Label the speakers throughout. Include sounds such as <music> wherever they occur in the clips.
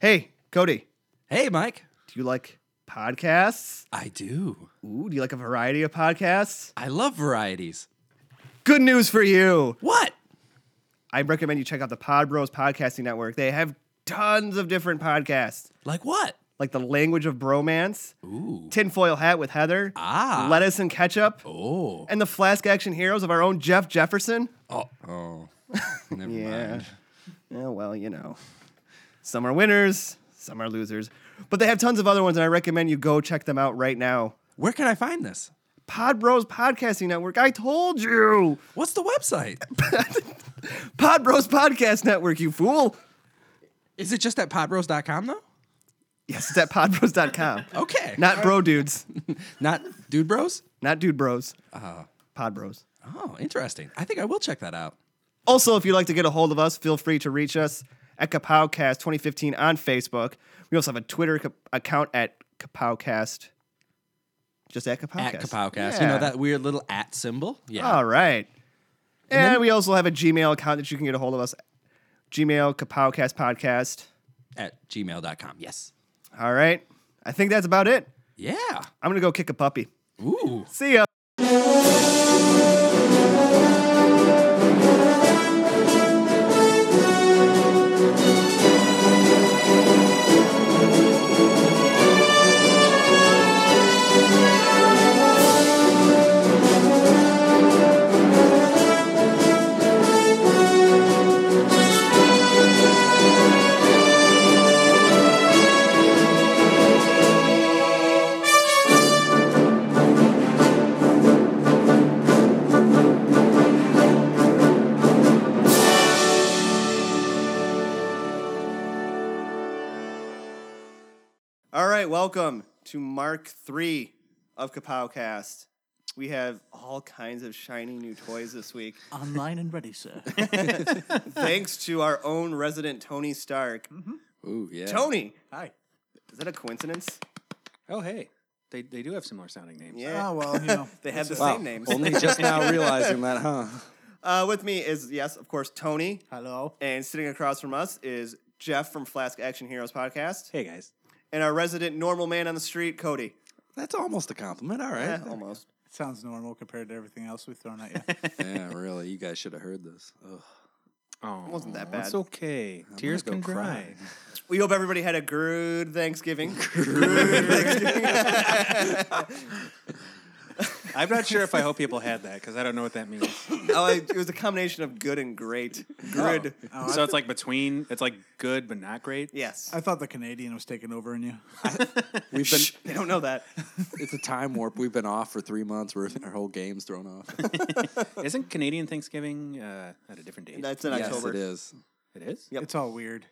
Speaker 1: Hey, Cody,
Speaker 2: Hey, Mike.
Speaker 1: do you like podcasts?
Speaker 2: I do.
Speaker 1: Ooh, do you like a variety of podcasts?
Speaker 2: I love varieties.
Speaker 1: Good news for you.
Speaker 2: What?
Speaker 1: I recommend you check out the Pod Bros Podcasting Network. They have tons of different podcasts,
Speaker 2: Like what?
Speaker 1: like The Language of Bromance,
Speaker 2: Ooh.
Speaker 1: Tinfoil Hat with Heather,
Speaker 2: Ah.
Speaker 1: Lettuce and Ketchup,
Speaker 2: Oh.
Speaker 1: and the Flask Action Heroes of our own Jeff Jefferson.
Speaker 2: Oh. Oh. <laughs> Never
Speaker 1: Yeah.
Speaker 2: mind.
Speaker 1: Yeah, well, you know, some are winners, some are losers, but they have tons of other ones, and I recommend you go check them out right now.
Speaker 2: Where can I find this?
Speaker 1: Pod Bros Podcasting Network. I told you.
Speaker 2: What's the website?
Speaker 1: Pod Bros Podcast Network, you fool.
Speaker 2: Is it just at podbros.com though?
Speaker 1: Yes, it's
Speaker 2: <laughs>
Speaker 1: at podbros.com.
Speaker 2: Okay.
Speaker 1: Not bro dudes,
Speaker 2: not dude bros?
Speaker 1: not dude bros.
Speaker 2: Uh-huh.
Speaker 1: Pod Bros.
Speaker 2: Oh, interesting. I think I will check that out.
Speaker 1: Also, if you'd like to get a hold of us, feel free to reach us at Kapowcast 2015 on Facebook. We also have a Twitter ca- account at Kapowcast. Just at Kapowcast.
Speaker 2: At Kapowcast. You know that weird little at symbol?
Speaker 3: Oh.
Speaker 2: Yeah.
Speaker 1: All right. And, we also have a Gmail account that you can get a hold of us. Gmail Kapowcast Podcast.
Speaker 2: At gmail.com. Yes.
Speaker 1: All right. I think that's about it.
Speaker 2: Yeah.
Speaker 1: I'm going to go kick a puppy.
Speaker 2: Ooh.
Speaker 1: See ya. All right. Welcome to Mark 3 of Kapowcast. We have all kinds of shiny new toys this
Speaker 4: <laughs>
Speaker 1: week.
Speaker 4: Online and ready, <laughs> sir.
Speaker 1: thanks to our own resident Tony Stark.
Speaker 3: Ooh, yeah.
Speaker 1: Tony,
Speaker 4: Mm-hmm. Hi.
Speaker 1: is that a coincidence?
Speaker 3: Oh, hey. They, they do have some more sounding names.
Speaker 1: Yeah.
Speaker 4: Oh, well, you
Speaker 3: <laughs>
Speaker 4: know.
Speaker 1: They have the
Speaker 3: Wow.
Speaker 1: same names.
Speaker 3: Only just
Speaker 2: <laughs>
Speaker 3: now realizing that, huh?
Speaker 1: Uh, with me is, yes, of course, Tony.
Speaker 4: Hello.
Speaker 1: And sitting across from us is Jeff from Flask Action Heroes Podcast.
Speaker 3: Hey, guys.
Speaker 1: And our resident normal man on the street, Cody.
Speaker 3: That's almost a compliment. All
Speaker 1: Eh,
Speaker 3: right.
Speaker 2: <laughs>
Speaker 1: almost.
Speaker 4: Sounds normal compared to everything else we've thrown at you.
Speaker 3: yeah, really. You guys should have heard this. Ugh. Oh,
Speaker 1: wasn't that bad.
Speaker 3: It's okay. Tears
Speaker 2: gonna go
Speaker 3: can
Speaker 1: <laughs>
Speaker 3: dry.
Speaker 1: We hope everybody had a good
Speaker 4: <laughs>
Speaker 1: Thanksgiving. Good Thanksgiving.
Speaker 3: I'm not sure if I hope people had that because I don't know what that means.
Speaker 1: <coughs> oh, I- it was a combination of good and
Speaker 4: <laughs>
Speaker 1: great.
Speaker 4: Oh.
Speaker 1: Good.
Speaker 3: so it's like between. It's like good but not great.
Speaker 1: Yes.
Speaker 4: I thought the Canadian was taking over in you.
Speaker 5: We've been
Speaker 1: They don't know that.
Speaker 5: it's a time warp. We've been off for three months. We're our whole game's thrown off. <laughs>
Speaker 3: Isn't Canadian Thanksgiving uh, at a different date?
Speaker 1: That's in
Speaker 5: yes,
Speaker 1: October.
Speaker 5: it is.
Speaker 3: it is.
Speaker 1: Yep.
Speaker 4: It's all weird.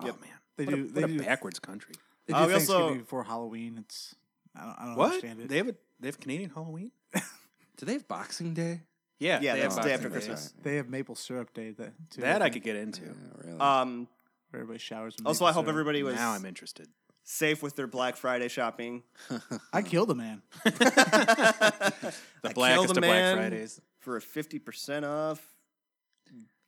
Speaker 3: Oh man,
Speaker 4: They
Speaker 3: what
Speaker 4: do.
Speaker 3: a,
Speaker 4: they
Speaker 3: what
Speaker 4: do.
Speaker 3: a backwards country.
Speaker 4: They do
Speaker 1: Uh, we also-
Speaker 4: Thanksgiving before Halloween. It's. I don't, I don't
Speaker 3: What?
Speaker 4: understand it.
Speaker 3: They have a they have Canadian Halloween.
Speaker 5: Do they have Boxing Day?
Speaker 3: Yeah,
Speaker 1: Yeah, that's the day
Speaker 3: Boxing
Speaker 1: after
Speaker 3: Day.
Speaker 1: Christmas.
Speaker 4: They have maple syrup day that too.
Speaker 3: That I
Speaker 4: think,
Speaker 3: could get into.
Speaker 5: Yeah, really.
Speaker 1: Um,
Speaker 4: where everybody showers. in
Speaker 1: also,
Speaker 4: maple
Speaker 1: I hope
Speaker 4: syrup.
Speaker 1: everybody was
Speaker 3: Now I'm interested.
Speaker 1: safe with their Black Friday shopping.
Speaker 4: I killed a
Speaker 3: <laughs>
Speaker 4: man.
Speaker 3: The
Speaker 1: I
Speaker 3: blackest
Speaker 1: killed a
Speaker 3: of
Speaker 1: man
Speaker 3: Black Fridays.
Speaker 1: for a fifty percent off.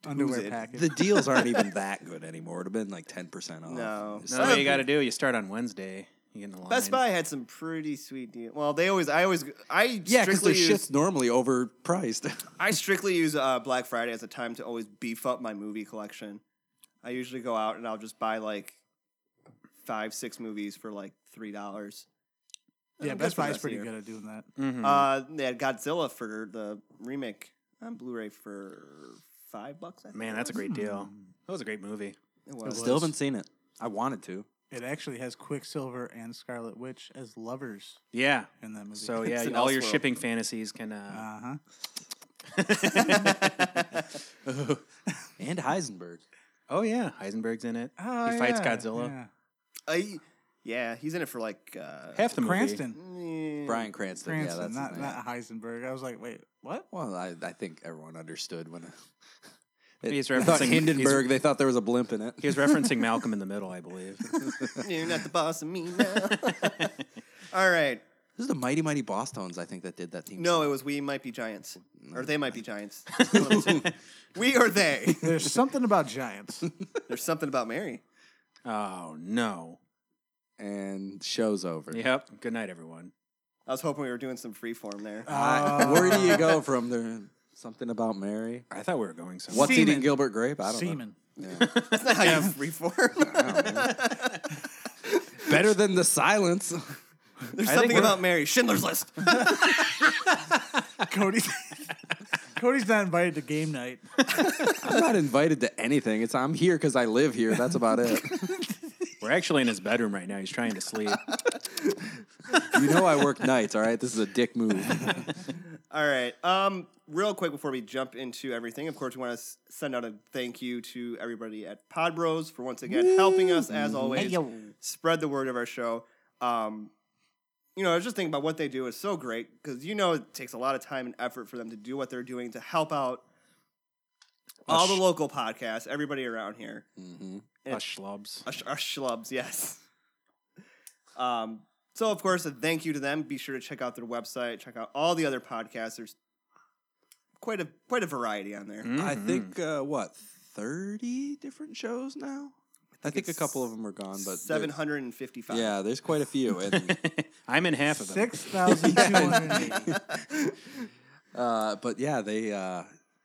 Speaker 4: Underwear
Speaker 1: it?
Speaker 4: package.
Speaker 5: the deals aren't even that good anymore. It'd have been like ten percent off.
Speaker 1: No.
Speaker 5: It's
Speaker 3: No,
Speaker 1: Son
Speaker 3: what
Speaker 1: of
Speaker 3: you
Speaker 1: a-
Speaker 3: got to do. You start on Wednesday. You get in the line.
Speaker 1: Best Buy had some pretty sweet deals. Well, they always, I always, I
Speaker 5: Yeah, because
Speaker 1: strictly
Speaker 5: their
Speaker 1: use,
Speaker 5: shit's normally overpriced. <laughs>
Speaker 1: I strictly use uh, Black Friday as a time to always beef up my movie collection. I usually go out and I'll just buy like five, six movies for like three dollars.
Speaker 4: yeah,
Speaker 1: I'm good
Speaker 4: Best
Speaker 1: for
Speaker 4: Buy's
Speaker 1: this
Speaker 4: pretty
Speaker 1: year.
Speaker 4: good at doing that.
Speaker 3: Mhm.
Speaker 1: Uh, they had Godzilla for the remake on Blu-ray for five bucks. I think
Speaker 3: Man,
Speaker 1: it
Speaker 3: that's a
Speaker 1: was.
Speaker 3: great deal. That was a great movie.
Speaker 1: It was.
Speaker 5: Still haven't seen it. I wanted to.
Speaker 4: It actually has Quicksilver and Scarlet Witch as lovers
Speaker 3: Yeah.
Speaker 4: in that movie. <laughs>
Speaker 3: So yeah,
Speaker 1: an
Speaker 3: all your
Speaker 1: Elseworld.
Speaker 3: shipping fantasies can. Uh,
Speaker 4: Uh huh.
Speaker 5: And Heisenberg.
Speaker 3: oh yeah, Heisenberg's in it.
Speaker 4: oh,
Speaker 3: he fights Godzilla.
Speaker 1: I, Uh, yeah, he's in it for like uh,
Speaker 3: Half the movie.
Speaker 4: Cranston.
Speaker 1: eh,
Speaker 3: <laughs>
Speaker 5: Brian Cranston.
Speaker 4: Cranston,
Speaker 5: yeah, that's
Speaker 4: not,
Speaker 5: not,
Speaker 4: not Heisenberg. I was like, wait, what?
Speaker 5: Well, I, I think everyone understood when. It, <laughs>
Speaker 3: He's
Speaker 5: I thought
Speaker 3: referencing
Speaker 5: Hindenburg. They thought there was a blimp in it.
Speaker 3: He's, he's referencing Malcolm in the Middle, I believe.
Speaker 1: You're not the boss of me
Speaker 3: <laughs>
Speaker 1: now. All right.
Speaker 5: This is the Mighty Mighty Boss Tones, I think, that did that theme.
Speaker 1: No, it was we might be giants. Or they might be
Speaker 3: <laughs>
Speaker 1: giants. One of the two. we or they.
Speaker 4: There's something about giants.
Speaker 1: There's something about Mary.
Speaker 3: Oh no.
Speaker 5: and show's over.
Speaker 3: Yep. Good night, everyone.
Speaker 1: I was hoping we were doing some freeform there.
Speaker 3: Uh,
Speaker 4: Uh,
Speaker 5: I- where do you go from there? Something about Mary?
Speaker 3: I thought we were going somewhere.
Speaker 5: What's
Speaker 4: Semen.
Speaker 5: eating Gilbert Grape? I don't
Speaker 4: Semen.
Speaker 5: know. Yeah.
Speaker 1: That's not how you
Speaker 3: <laughs>
Speaker 1: freeform.
Speaker 5: Better than the silence.
Speaker 1: There's
Speaker 3: I think
Speaker 1: something
Speaker 3: we're-
Speaker 1: about Mary. Schindler's List.
Speaker 4: Cody. Cody's not invited to game night.
Speaker 5: I'm not invited to anything. It's I'm here because I live here. That's about it.
Speaker 3: We're actually in his bedroom right now. He's trying to sleep.
Speaker 5: You know I work nights. All right, this is a dick
Speaker 4: <laughs>
Speaker 5: move. Mm-hmm.
Speaker 1: All right. Um, real quick before we jump into everything, of course, we want to s- send out a thank you to everybody at Pod Bros for once again helping us as always spread the word of our show. Um, you know, I was just thinking about what they do is so great because you know it takes a lot of time and effort for them to do what they're doing to help out all the local podcasts, everybody around here,
Speaker 5: hmm
Speaker 3: Us schlubs.
Speaker 1: us, us schlubs, yes. Um, so of course, a thank you to them. Be sure to check out their website. Check out all the other podcasts. There's quite a quite a variety on there.
Speaker 5: I
Speaker 4: Mm-hmm.
Speaker 3: Mhm.
Speaker 5: think uh, what thirty different shows now. I think, a couple of them are gone, but
Speaker 1: Seven hundred and fifty-five.
Speaker 5: there's- Yeah, there's quite a few. And,
Speaker 3: Mm-hmm. <laughs> I'm in half of them.
Speaker 4: Six thousand two hundred eighty.
Speaker 5: uh, but yeah, they uh,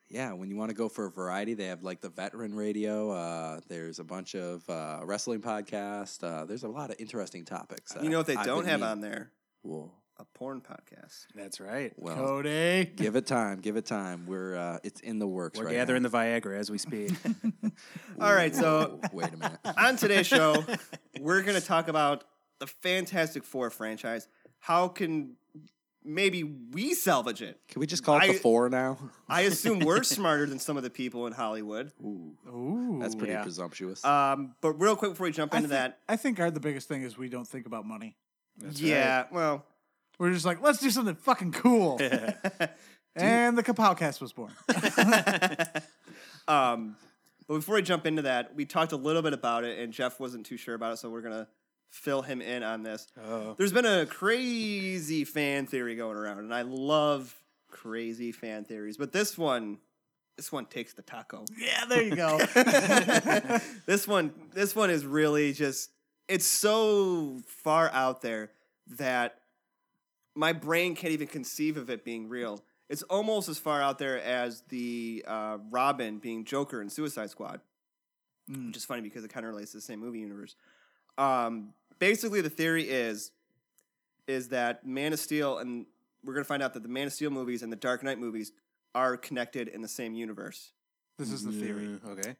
Speaker 5: yeah, when you want to go for a variety, they have like the veteran radio. Uh, there's a bunch of uh, wrestling podcast. Uh, there's a lot of interesting topics.
Speaker 1: <laughs> You know what
Speaker 5: <laughs>
Speaker 1: they
Speaker 5: I've
Speaker 1: don't
Speaker 5: been
Speaker 1: have
Speaker 5: meaning-
Speaker 1: on there?
Speaker 5: Whoa.
Speaker 1: A porn podcast.
Speaker 3: That's right.
Speaker 5: Well,
Speaker 4: Cody.
Speaker 5: give it time. Give it time. We're uh, it's in the works.
Speaker 3: We're
Speaker 5: right
Speaker 3: gathering the Viagra as we speak.
Speaker 1: All right, so
Speaker 5: wait a minute.
Speaker 1: on today's show, we're going to talk about the Fantastic Four franchise. How can maybe we salvage it?
Speaker 5: Can we just call it the
Speaker 1: I-
Speaker 5: four now?
Speaker 1: I assume
Speaker 4: <laughs>
Speaker 1: we're smarter than some of the people in Hollywood.
Speaker 4: Ooh.
Speaker 5: That's pretty
Speaker 3: yeah.
Speaker 5: presumptuous.
Speaker 1: Um, but real quick before we jump
Speaker 4: I
Speaker 1: into
Speaker 4: thi-
Speaker 1: that,
Speaker 4: I think our the biggest thing is we don't think about money.
Speaker 1: yeah, well,
Speaker 4: We're just like, let's do something fucking cool. and the Kapowcast was born.
Speaker 1: um, but before we jump into that, we talked a little bit about it, and Jeff wasn't too sure about it, so we're gonna fill him in on this.
Speaker 3: Oh.
Speaker 1: There's been a crazy fan theory going around, and I love crazy fan theories, but this one, this one takes the taco.
Speaker 4: yeah, there you go.
Speaker 1: <laughs> this one this one is really just it's so far out there that my brain can't even conceive of it being real it's almost as far out there as the uh, robin being joker in suicide squad
Speaker 4: Mm.
Speaker 1: which is funny because it kind of relates to the same movie universe um, basically the theory is is that man of steel and we're going to find out that the man of steel movies and the dark knight movies are connected in the same universe
Speaker 4: <laughs> This is the theory.
Speaker 3: Okay.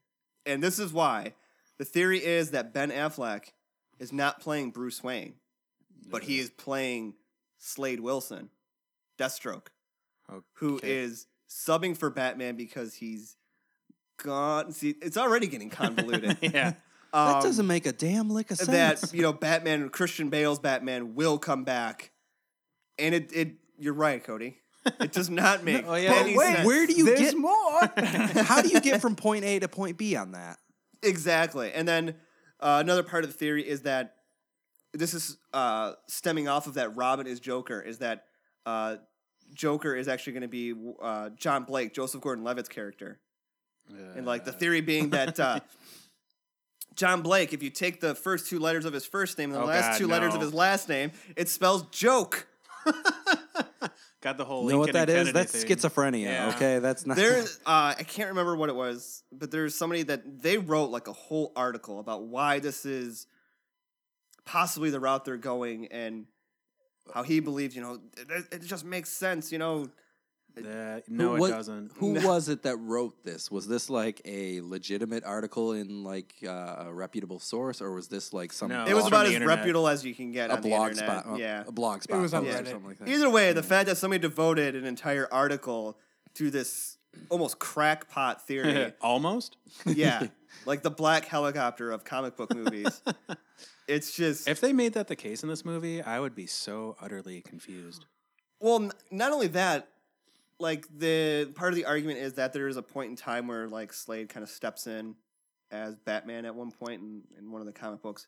Speaker 1: and this is why the theory is that Ben Affleck is not playing Bruce Wayne, but he is playing Slade Wilson, Deathstroke, who
Speaker 3: Okay.
Speaker 1: is subbing for Batman because he's gone. See, it's already
Speaker 5: <laughs>
Speaker 1: getting convoluted. <laughs>
Speaker 3: yeah.
Speaker 1: Um,
Speaker 5: that doesn't make a damn lick of
Speaker 1: <laughs>
Speaker 5: sense.
Speaker 1: that you know, Batman Christian Bale's Batman will come back, and it it you're right, Cody. It does
Speaker 5: <laughs>
Speaker 1: not make
Speaker 3: oh, yeah.
Speaker 1: any
Speaker 4: Wait,
Speaker 1: sense.
Speaker 5: Where do you
Speaker 4: There's
Speaker 5: get?
Speaker 4: more.
Speaker 5: <laughs> How do you get from point A to point B on that?
Speaker 1: Exactly. And then uh, another part of the theory is that this is uh, stemming off of that Robin is Joker, is that uh, Joker is actually going to be uh, John Blake, Joseph Gordon Levitt's character. And like the theory being that
Speaker 3: <laughs>
Speaker 1: uh, John Blake, if you take the first two letters of his first name and the
Speaker 3: Oh,
Speaker 1: last
Speaker 3: God,
Speaker 1: two letters of
Speaker 3: no.
Speaker 1: his last name, it spells joke.
Speaker 3: Got the whole.
Speaker 5: You know what
Speaker 3: Lincoln
Speaker 5: that is?
Speaker 3: Infinity
Speaker 5: That's
Speaker 3: thing.
Speaker 5: schizophrenia.
Speaker 3: Yeah.
Speaker 5: Okay, that's
Speaker 1: <laughs>
Speaker 5: not.
Speaker 1: There, uh, I can't remember what it was, but there's somebody that they wrote like a whole article about why this is possibly the route they're going and how he believes, you know, it, it just makes sense, you know.
Speaker 3: The- no,
Speaker 5: what-
Speaker 3: it doesn't.
Speaker 5: Who
Speaker 3: <laughs>
Speaker 5: was it that wrote this? Was this like a legitimate article in like uh, a reputable source, or was this like some?
Speaker 3: No,
Speaker 1: It was
Speaker 5: blog-
Speaker 3: from
Speaker 1: about
Speaker 3: the
Speaker 1: as
Speaker 3: internet.
Speaker 1: reputable as you can get
Speaker 5: a
Speaker 1: on the
Speaker 5: blog
Speaker 1: internet.
Speaker 5: spot. Hmm. uh,
Speaker 1: yeah.
Speaker 5: a blog spot.
Speaker 4: was on
Speaker 5: post or
Speaker 4: Reddit.
Speaker 5: something like that.
Speaker 1: Either way, the fact that somebody devoted an entire article to this almost crackpot
Speaker 5: <laughs>
Speaker 1: theory,
Speaker 3: Almost.
Speaker 1: yeah, like the black helicopter of comic book
Speaker 5: <laughs>
Speaker 1: movies. It's just
Speaker 3: If they made that the case in this movie, I would be so utterly confused.
Speaker 1: Well, n- not only that, like the part of the argument is that there is a point in time where like Slade kind of steps in as Batman at one point in, in one of the comic books,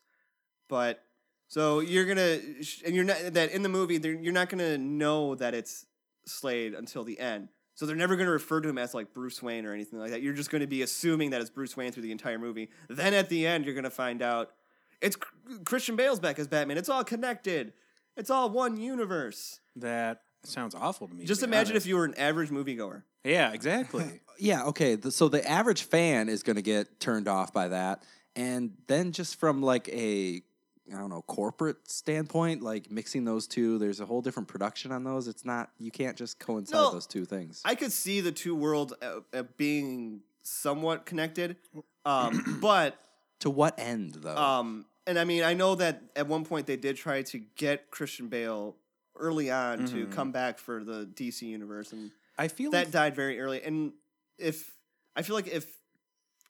Speaker 1: but so you're gonna sh- and you're not that in the movie they're- you're not gonna know that it's Slade until the end. So they're never going to refer to him as like Bruce Wayne or anything like that. You're just going to be assuming that it's Bruce Wayne through the entire movie. Then at the end, you're going to find out It's C- Christian Bale's back as Batman. It's all connected. It's all one universe.
Speaker 3: That sounds awful to me.
Speaker 1: Just imagine if you were an average moviegoer.
Speaker 3: you.
Speaker 1: <laughs>
Speaker 3: Yeah, exactly.
Speaker 5: Yeah, okay. The, so the average fan is going to get turned off by that. And then just from like a I don't know, corporate standpoint, like mixing those two, there's a whole different production on those. It's not you can't just coincide
Speaker 1: No.
Speaker 5: those two things.
Speaker 1: I could see the two worlds uh, uh, being somewhat connected,
Speaker 3: <clears throat>
Speaker 1: um, but
Speaker 5: to what end though?
Speaker 1: um, and I mean I know that at one point they did try to get Christian Bale early on to
Speaker 3: Mhm.
Speaker 1: come back for the DC universe, and
Speaker 3: I feel
Speaker 1: that
Speaker 3: like-
Speaker 1: died very early. And if I feel like if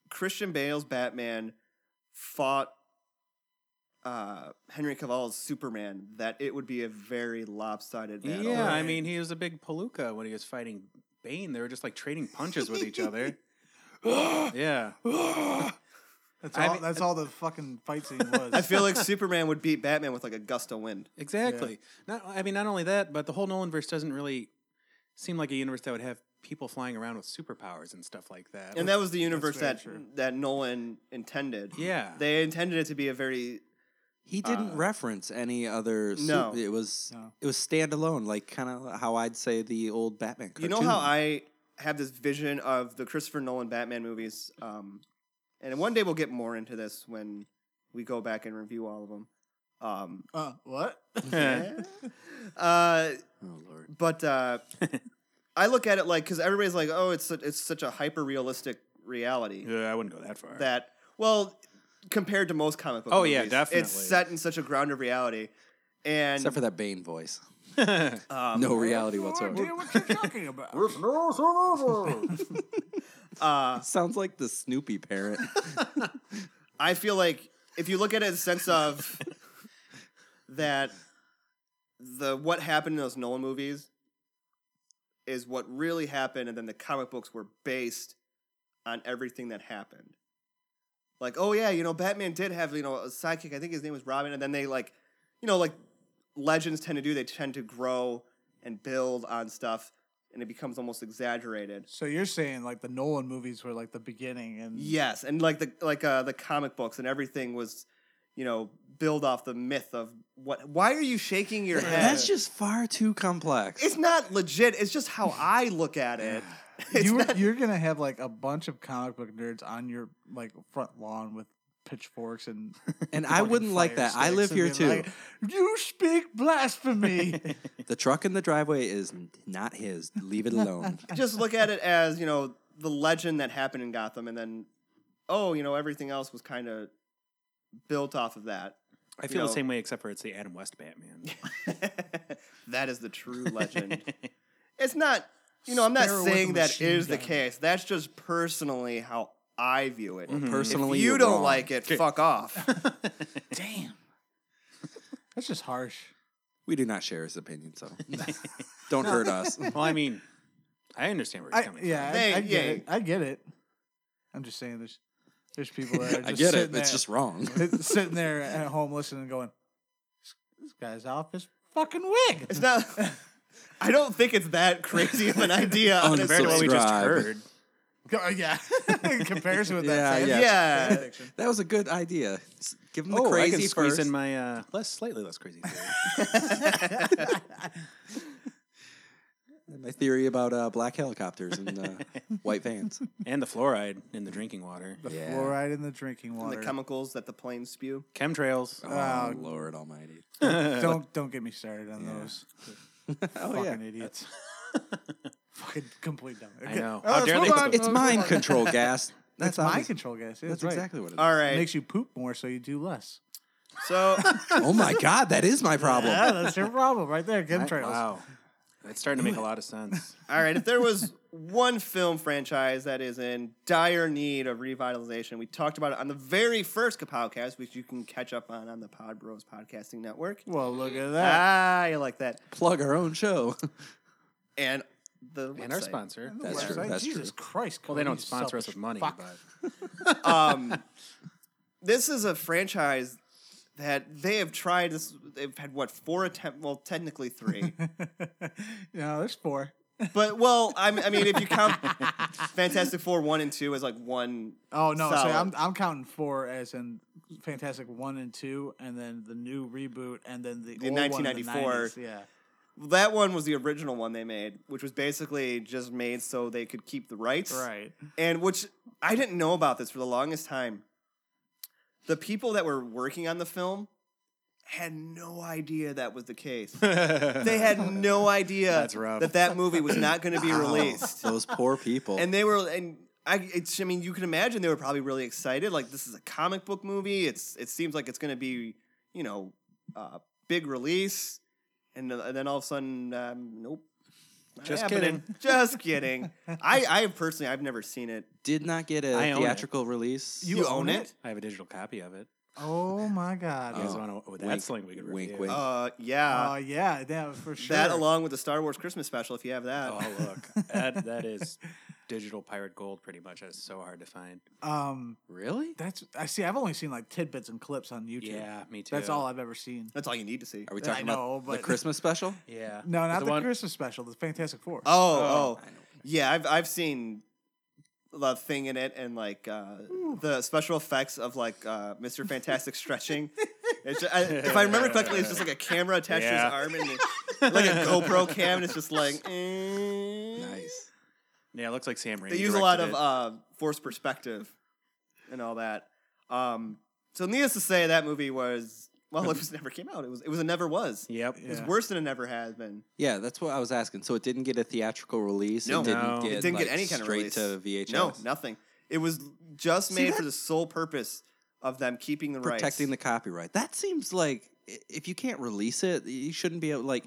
Speaker 1: Christian Bale's Batman fought uh, Henry Cavill's Superman, that it would be a very lopsided battle.
Speaker 3: Yeah, I mean, he was a big palooka when he was fighting Bane. They were just like trading punches with each other.
Speaker 1: <laughs>
Speaker 3: yeah.
Speaker 4: That's
Speaker 3: I
Speaker 4: all.
Speaker 3: mean-
Speaker 4: that's all the fucking fight scene was.
Speaker 1: I feel like Superman would beat Batman with like a gust of wind.
Speaker 3: Exactly. Not, I mean, not only that, but the whole Nolanverse doesn't really seem like a universe that would have people flying around with superpowers and stuff like that.
Speaker 1: and that was the universe
Speaker 4: very
Speaker 1: that
Speaker 4: true.
Speaker 1: that Nolan intended.
Speaker 3: yeah.
Speaker 1: They intended it to be a very
Speaker 5: he didn't
Speaker 1: uh,
Speaker 5: reference any other. su-
Speaker 1: No.
Speaker 5: it was
Speaker 4: No.
Speaker 5: it was standalone, like kind of how I'd say the old Batman.
Speaker 1: you
Speaker 5: Cartoon.
Speaker 1: know how I have this vision of the Christopher Nolan Batman movies um and one day we'll get more into this when we go back and review all of them. Um
Speaker 4: uh, what?
Speaker 1: <laughs> uh
Speaker 5: Oh lord.
Speaker 1: but uh I look at it like cuz everybody's like oh it's su- it's such a hyper realistic reality
Speaker 3: yeah, I wouldn't go that far. <laughs>
Speaker 1: that well compared to most comic book
Speaker 3: Oh,
Speaker 1: movies
Speaker 3: yeah,
Speaker 1: it's
Speaker 3: definitely.
Speaker 1: set in such a ground of reality and
Speaker 5: Except for that Bane voice,
Speaker 1: um,
Speaker 5: no reality
Speaker 4: No idea
Speaker 5: whatsoever.
Speaker 4: <laughs> what you're talking about.
Speaker 1: uh
Speaker 5: <laughs> Sounds like the
Speaker 1: <laughs>
Speaker 5: Snoopy parent.
Speaker 1: I feel like if you look at it in the sense of that the what happened in those Nolan movies is what really happened, and then the comic books were based on everything that happened. Like, oh yeah, you know, Batman did have you know a sidekick. I think his name was Robin, and then they like, you know, like legends tend to do. They tend to grow and build on stuff, and it becomes almost exaggerated.
Speaker 4: So you're saying like the Nolan movies were like the beginning and
Speaker 1: Yes, and like the like uh, the comic books and everything was, you know, build off the myth of what. Why are you shaking your head?
Speaker 5: That's just far too complex.
Speaker 1: It's not legit. It's just how I look at it. It's
Speaker 4: you were,
Speaker 1: not-
Speaker 4: you're gonna have like a bunch of comic book nerds on your like front lawn with pitchforks and
Speaker 5: And <laughs> I
Speaker 4: fucking
Speaker 5: wouldn't like
Speaker 4: fire
Speaker 5: that. I
Speaker 4: sticks
Speaker 5: live
Speaker 4: and
Speaker 5: here
Speaker 4: be
Speaker 5: too.
Speaker 4: like, you speak
Speaker 5: <laughs>
Speaker 4: blasphemy.
Speaker 5: the truck in the driveway is n- not his. Leave it
Speaker 4: <laughs>
Speaker 5: alone.
Speaker 1: just look at it as you know the legend that happened in Gotham, and then oh, you know, everything else was kind of built off of that. <laughs>
Speaker 3: I feel
Speaker 1: know-
Speaker 3: the same way, except for it's the Adam West Batman.
Speaker 1: that is the true legend. it's not. You know, I'm not
Speaker 4: Sparrow with
Speaker 1: saying
Speaker 4: a
Speaker 1: that
Speaker 4: machine
Speaker 1: is the
Speaker 4: gun.
Speaker 1: case. That's just personally how I view it.
Speaker 5: Personally,
Speaker 1: if you
Speaker 5: you're
Speaker 1: don't
Speaker 5: wrong.
Speaker 1: like it, fuck off.
Speaker 4: Damn, that's just harsh.
Speaker 5: We do not share his opinion,
Speaker 4: <laughs>
Speaker 5: so don't hurt us.
Speaker 3: well, I mean, I understand where he's
Speaker 4: I,
Speaker 3: coming
Speaker 4: yeah,
Speaker 1: They-
Speaker 4: I, I get
Speaker 1: yeah.
Speaker 4: it. I get it. I'm just saying there's there's people that are
Speaker 5: <laughs>
Speaker 4: just
Speaker 5: I get
Speaker 4: sitting
Speaker 5: it. It's
Speaker 4: there-
Speaker 5: just wrong. <laughs>
Speaker 4: It's <laughs> sitting there at home listening and going, this, this guy's off his fucking wig.
Speaker 1: It's not. <laughs> I don't think it's that crazy of an
Speaker 3: <laughs>
Speaker 1: idea.
Speaker 5: Oh,
Speaker 3: from. Compared
Speaker 1: honestly.
Speaker 3: to what we just
Speaker 5: Subscribe.
Speaker 3: heard.
Speaker 4: Oh, yeah. <laughs> In comparison with
Speaker 5: Yeah,
Speaker 4: that. fan-
Speaker 5: yeah.
Speaker 1: Yeah.
Speaker 4: fan fiction.
Speaker 5: That was a good idea. S- Give him the
Speaker 3: oh, I
Speaker 5: crazy
Speaker 3: can squeeze
Speaker 5: first.
Speaker 3: in my uh, <laughs> less, slightly less crazy theory.
Speaker 5: my theory about uh, black helicopters and uh, white vans.
Speaker 3: and the fluoride in the drinking water.
Speaker 4: The
Speaker 5: Yeah.
Speaker 4: fluoride in the drinking
Speaker 1: And
Speaker 4: water.
Speaker 1: the chemicals that the planes spew.
Speaker 3: Chemtrails.
Speaker 5: Oh,
Speaker 4: Oh.
Speaker 5: Lord Almighty!
Speaker 4: <laughs> don't don't get me started on
Speaker 5: Yeah.
Speaker 4: those.
Speaker 5: Oh
Speaker 4: fucking
Speaker 5: yeah,
Speaker 4: idiots. <laughs> fucking complete dumb.
Speaker 3: I know.
Speaker 4: Oh,
Speaker 3: How
Speaker 4: let's
Speaker 3: dare they
Speaker 4: move
Speaker 3: put
Speaker 4: on.
Speaker 3: the-
Speaker 5: it's
Speaker 4: <laughs>
Speaker 5: mind control gas. That's
Speaker 4: That's mind
Speaker 5: obvious.
Speaker 4: control gas. Yeah,
Speaker 5: That's
Speaker 4: That's, right.
Speaker 5: exactly what it is.
Speaker 1: All
Speaker 4: It
Speaker 1: right.
Speaker 4: makes you poop more, so you do less.
Speaker 3: <laughs>
Speaker 1: So
Speaker 5: Oh my God, that is my problem.
Speaker 4: Yeah, that's your problem right there. Oh, Chemtrails.
Speaker 3: Wow. It's starting to make a lot of sense.
Speaker 1: all right, if there was one film franchise that is in dire need of revitalization, we talked about it on the very first Kapowcast, which you can catch up on on the Pod Bros Podcasting Network.
Speaker 4: Well, look at that.
Speaker 1: Ah, you like that?
Speaker 5: Plug our own show.
Speaker 1: And the
Speaker 3: and our
Speaker 1: website.
Speaker 3: sponsor.
Speaker 5: That's true.
Speaker 4: Website?
Speaker 5: That's
Speaker 4: Jesus Christ.
Speaker 3: Well, they don't sponsor us with money,
Speaker 4: <laughs>
Speaker 3: but
Speaker 1: um, this is a franchise that they have
Speaker 3: <laughs>
Speaker 1: tried. This they've had what four attempt? Well, technically three.
Speaker 4: no, there's four.
Speaker 1: But well, I mean, I mean, if you count Fantastic Four one and two as like one,
Speaker 4: Oh no!
Speaker 1: Solid.
Speaker 4: So I'm I'm counting four as in Fantastic One and Two, and then the new reboot, and then the,
Speaker 1: The
Speaker 4: old one in
Speaker 1: 1994.
Speaker 4: 90s, Yeah,
Speaker 1: that one was the original one they made, which was basically just made so they could keep the rights,
Speaker 4: right.
Speaker 1: And which I didn't know about this for the longest time. The people that were working on the film had no idea that was the case. they had no idea
Speaker 3: That's rough.
Speaker 1: that that movie was not going to be
Speaker 5: Wow,
Speaker 1: released.
Speaker 5: Those poor people.
Speaker 1: And they were, and I, it's, I mean, you can imagine they were probably really excited. Like this is a comic book movie. It's, it seems like it's going to be, you know, uh, big release. And, uh, and then all of a sudden, um, nope. Not
Speaker 3: Just
Speaker 1: happening. <laughs> Just kidding. I, I personally, I've never seen it.
Speaker 5: did not get a
Speaker 3: I own it.
Speaker 5: theatrical release.
Speaker 1: You, own it?
Speaker 3: I have a digital copy of it.
Speaker 4: Oh my God!
Speaker 3: You guys
Speaker 5: Oh.
Speaker 4: Oh,
Speaker 3: wanna- oh, that's something we could
Speaker 5: wink,
Speaker 3: review.
Speaker 5: wink.
Speaker 1: Uh, yeah.
Speaker 4: yeah, that for sure.
Speaker 1: That along with the Star Wars Christmas special, if you have that.
Speaker 3: Oh look, that that is digital pirate gold. Pretty much, that's so hard to find.
Speaker 4: Um,
Speaker 5: Really?
Speaker 4: that's I see. I've only seen like tidbits and clips on YouTube.
Speaker 3: Yeah, me too.
Speaker 4: that's all I've ever seen.
Speaker 1: That's all you need to see.
Speaker 5: Are we
Speaker 4: I
Speaker 5: talking
Speaker 4: know,
Speaker 5: about the
Speaker 4: but-
Speaker 5: Christmas special?
Speaker 3: yeah.
Speaker 4: No, not
Speaker 3: the
Speaker 4: the,
Speaker 3: one-
Speaker 4: Christmas special. The Fantastic Four.
Speaker 1: Oh, oh,
Speaker 5: I know.
Speaker 1: yeah. I've I've seen the thing in it and like uh, the special effects of like uh, Mr. Fantastic stretching. It's ju- I, if I remember correctly, it's just like a camera attached to
Speaker 3: Yeah.
Speaker 1: his arm and it- like a GoPro cam, and it's just like eh.
Speaker 5: Nice.
Speaker 3: Yeah, it looks like Sam Raimi.
Speaker 1: They use a lot of
Speaker 3: directed
Speaker 1: uh, forced perspective and all that. Um, so needless to say, that movie was well, it was never came out. It was it was a never was.
Speaker 3: it. Yep.
Speaker 1: It's
Speaker 4: Yeah.
Speaker 1: worse than it never has been.
Speaker 5: Yeah, that's what I was asking. So it didn't get a theatrical release.
Speaker 1: No.
Speaker 5: it didn't,
Speaker 3: No.
Speaker 5: Get,
Speaker 1: It didn't get
Speaker 5: like,
Speaker 1: any kind of
Speaker 5: straight
Speaker 1: release.
Speaker 5: to VHS.
Speaker 1: No, nothing. It was just made
Speaker 5: that-
Speaker 1: for the sole purpose of them keeping the rights.
Speaker 5: protecting the copyright. That seems like i- if you can't release it, you shouldn't be able. Like,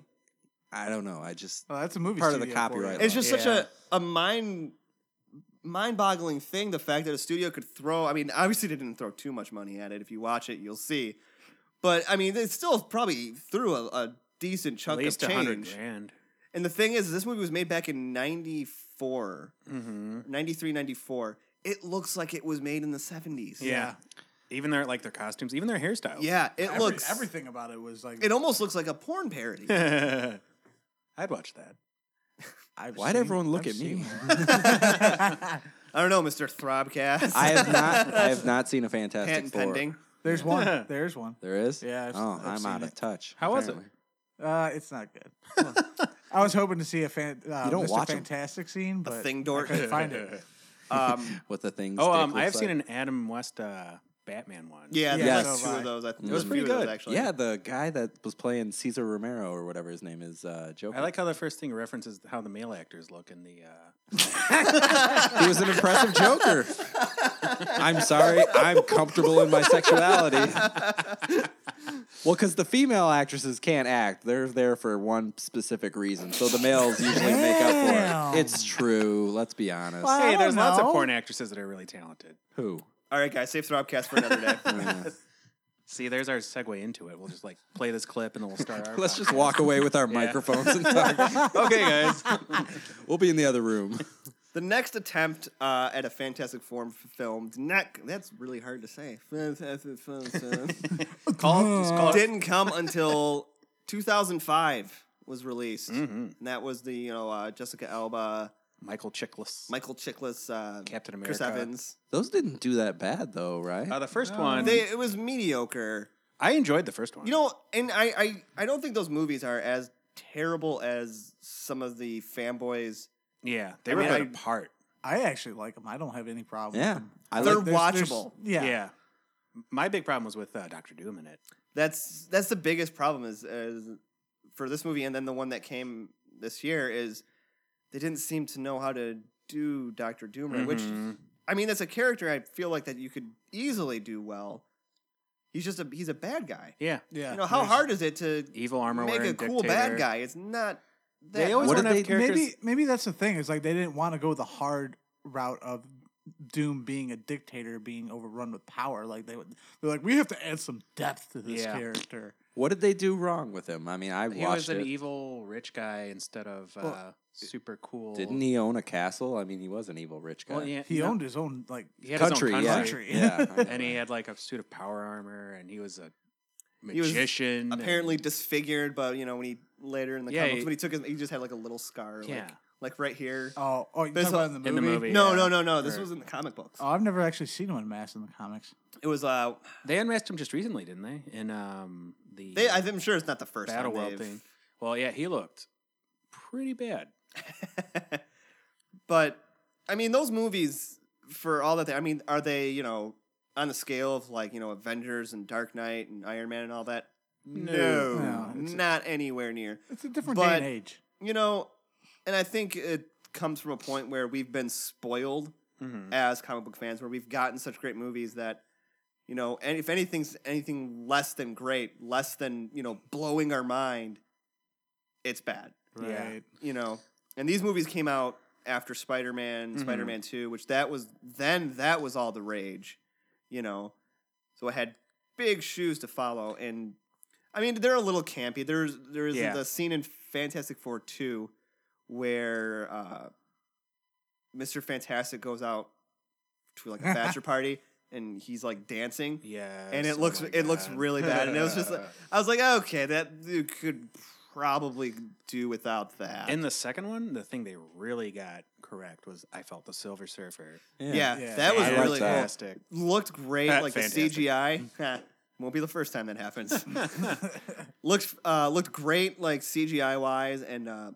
Speaker 5: I don't know. I just
Speaker 4: Oh, that's a movie.
Speaker 5: Part of the
Speaker 4: studio for you.
Speaker 5: copyright
Speaker 1: It's just such
Speaker 3: Yeah.
Speaker 1: a a mind mind boggling thing. The fact that a studio could throw. I mean, obviously they didn't throw too much money at it. If you watch it, you'll see. But I mean, they still probably threw a, a decent
Speaker 3: at
Speaker 1: chunk
Speaker 3: least
Speaker 1: of
Speaker 3: a hundred
Speaker 1: change.
Speaker 3: grand.
Speaker 1: And the thing is, this movie was made back in 94,
Speaker 3: Mm-hmm.
Speaker 1: 93, 94. It looks like it was made in the 70s.
Speaker 3: Yeah. Even their like their costumes, even their hairstyles.
Speaker 1: Yeah, it
Speaker 4: Every-
Speaker 1: looks.
Speaker 4: everything about it was like.
Speaker 1: It <laughs> almost looks like a porn parody.
Speaker 3: <laughs> I'd watch that.
Speaker 4: I've
Speaker 5: Why'd
Speaker 4: seen-
Speaker 5: everyone look
Speaker 4: I've
Speaker 5: at me? <laughs>
Speaker 4: seen it.
Speaker 1: I don't know, Mr. Throbcast. <laughs>
Speaker 5: I have not. I have not seen a Fantastic
Speaker 1: Patent
Speaker 5: Four.
Speaker 1: pending.
Speaker 4: There's one. There's one.
Speaker 5: There is.
Speaker 4: Yeah, I've-
Speaker 5: oh,
Speaker 4: I've
Speaker 5: am
Speaker 4: seen
Speaker 5: out of
Speaker 4: it.
Speaker 5: touch.
Speaker 3: How was it?
Speaker 5: apparently.
Speaker 4: Uh, it's not good. I was hoping to see a fan, uh,
Speaker 5: You don't
Speaker 4: Mr.
Speaker 5: watch 'em.
Speaker 4: Fantastic scene, but
Speaker 1: thing dork.
Speaker 4: I couldn't find it.
Speaker 1: Um,
Speaker 5: What the things?
Speaker 3: Oh,
Speaker 5: dick
Speaker 3: um, I have
Speaker 5: looks
Speaker 3: seen
Speaker 5: like?
Speaker 3: an Adam West uh, Batman one.
Speaker 5: <laughs>
Speaker 1: yeah, there's
Speaker 5: Yes.
Speaker 1: like
Speaker 4: So
Speaker 1: two of
Speaker 4: I-
Speaker 1: those. I think
Speaker 5: It
Speaker 1: there's
Speaker 5: was
Speaker 1: a
Speaker 5: pretty
Speaker 1: few of those,
Speaker 5: good.
Speaker 1: actually.
Speaker 5: Mm. Yeah, the guy that was playing Caesar Romero or whatever his name is, uh, Joker.
Speaker 3: I like how the first thing references how the male actors look in the. Uh,
Speaker 5: He was an impressive Joker. I'm sorry, I'm comfortable in my sexuality. Well, because the female actresses can't act; they're there for one specific reason. So the males usually make up for
Speaker 4: Damn.
Speaker 5: it. It's true. Let's be honest.
Speaker 4: Wow. I
Speaker 3: hey,
Speaker 4: don't
Speaker 3: there's lots of
Speaker 4: know.
Speaker 3: porn actresses that are really talented.
Speaker 5: Who? <laughs>
Speaker 1: All right, guys, save Throbcast for another day.
Speaker 3: See, there's our segue into it. We'll just like play this clip and then
Speaker 1: <laughs>
Speaker 3: we'll start. Our
Speaker 5: Let's just walk away with our microphones and talk. okay, guys, we'll be in the other room.
Speaker 1: the next attempt uh, at a Fantastic Form f- film did not. That's really hard to say. Fantastic Four film.
Speaker 5: <laughs>
Speaker 3: call. Just
Speaker 1: <laughs>
Speaker 3: call it.
Speaker 1: Didn't come until 2005 was released,
Speaker 5: Mm-hmm.
Speaker 1: and that was the you know uh, Jessica Alba,
Speaker 3: Michael Chiklis.
Speaker 1: Michael Chiklis, uh,
Speaker 3: Captain
Speaker 1: Chris
Speaker 3: America.
Speaker 1: Evans.
Speaker 5: Those didn't do that bad, though, right?
Speaker 3: Uh, the first one,
Speaker 1: They, it was mediocre.
Speaker 3: I enjoyed the first one.
Speaker 1: You know, and I, I, I don't think those movies are as terrible as some of the fanboys.
Speaker 3: yeah, they
Speaker 1: I
Speaker 3: were
Speaker 1: mean,
Speaker 3: put
Speaker 1: I-
Speaker 3: apart.
Speaker 4: I actually like them. I don't have any problem.
Speaker 5: yeah, I
Speaker 1: They're
Speaker 5: like.
Speaker 1: watchable.
Speaker 4: yeah.
Speaker 3: Yeah. My big problem was with uh, Doctor Doom in it.
Speaker 1: That's that's the biggest problem is, is for this movie, and then the one that came this year is they didn't seem to know how to do Doctor Doom,
Speaker 5: Mm-hmm.
Speaker 1: right? which
Speaker 3: Mhm.
Speaker 1: I mean, that's a character I feel like that you could easily do well. He's just a he's a bad guy.
Speaker 3: yeah,
Speaker 4: Yeah.
Speaker 1: You know how hard is it to
Speaker 3: evil armor
Speaker 1: make a
Speaker 3: wearing
Speaker 1: cool
Speaker 3: dictator.
Speaker 1: bad guy? It's not. That
Speaker 3: They always
Speaker 5: What
Speaker 3: want to
Speaker 5: did
Speaker 3: have
Speaker 5: they-
Speaker 3: characters.
Speaker 4: Maybe maybe that's the thing. It's like they didn't want to go the hard route of Doom being a dictator, being overrun with power. Like they would, they're like, we have to add some depth to this
Speaker 3: Yeah.
Speaker 4: character.
Speaker 5: What did they do wrong with him? I mean, I
Speaker 3: he was
Speaker 5: watched
Speaker 3: an
Speaker 5: it.
Speaker 3: evil rich guy instead of uh,
Speaker 4: Well,
Speaker 3: super cool.
Speaker 5: Didn't he own a castle? I mean, he was an evil rich guy.
Speaker 3: Well, yeah,
Speaker 4: He
Speaker 3: no,
Speaker 4: owned his own like
Speaker 3: he had
Speaker 5: country,
Speaker 3: his own
Speaker 5: yeah.
Speaker 3: country,
Speaker 5: <laughs> Yeah, I know,
Speaker 3: <laughs> and he
Speaker 5: right.
Speaker 3: had like a suit of power armor, and he was
Speaker 1: <laughs>
Speaker 3: a
Speaker 1: was
Speaker 3: magician. and-
Speaker 1: apparently disfigured, but you know when he later in the
Speaker 3: Yeah,
Speaker 1: comics
Speaker 3: he-
Speaker 1: when he took his, he just had like a little scar.
Speaker 3: yeah,
Speaker 1: Like, like right here.
Speaker 4: Oh, oh, you
Speaker 1: This
Speaker 4: talking
Speaker 1: one-
Speaker 4: about in the movie?
Speaker 3: in the movie.
Speaker 1: no,
Speaker 3: yeah.
Speaker 1: no, no, no. This
Speaker 3: Or-
Speaker 1: was in the comic books.
Speaker 4: Oh, I've never actually seen him unmasked in the comics.
Speaker 1: It was uh,
Speaker 3: They unmasked him just recently, didn't they? In um the
Speaker 1: they, I'm sure it's not the first
Speaker 3: Battle
Speaker 1: time
Speaker 3: World
Speaker 1: they've-
Speaker 3: thing. Well, yeah, he looked pretty bad.
Speaker 1: but I mean, those movies for all that they, I mean, are they you know on the scale of like you know Avengers and Dark Knight and Iron Man and all that? No,
Speaker 4: No, it's-
Speaker 1: not anywhere near.
Speaker 4: It's a different day
Speaker 1: But-
Speaker 4: and age.
Speaker 1: You know, and I think it comes from a point where we've been spoiled
Speaker 3: Mhm.
Speaker 1: as comic book fans, where we've gotten such great movies that. You know, and if anything's anything less than great, less than you know, blowing our mind, it's bad.
Speaker 3: Yeah.
Speaker 4: Right.
Speaker 1: you know, and these movies came out after Spider Man,
Speaker 3: Mhm.
Speaker 1: Spider Man Two, which that was then that was all the rage, you know. So it had big shoes to follow, and I mean they're a little campy. There's there's
Speaker 3: Yeah.
Speaker 1: the scene in Fantastic Four Two where uh, Mister Fantastic goes out to like a bachelor
Speaker 3: <laughs>
Speaker 1: party, and he's like dancing.
Speaker 3: Yeah.
Speaker 1: And it looks it looks really bad, and it was just
Speaker 3: <laughs>
Speaker 1: like, I was like, okay, that you could probably do without that.
Speaker 3: In the second one, the thing they really got correct was I felt the Silver Surfer.
Speaker 1: Yeah,
Speaker 4: Yeah.
Speaker 1: that was
Speaker 5: I
Speaker 3: It
Speaker 5: like
Speaker 1: really <laughs>
Speaker 5: that.
Speaker 3: fantastic. <laughs>
Speaker 1: cool. Looked great,
Speaker 3: That's
Speaker 1: like
Speaker 3: fantastic.
Speaker 1: the
Speaker 3: <laughs>
Speaker 1: CGI. Heh, <laughs> Won't be the first time that happens. looked uh, looked great, like CGI wise, and uh,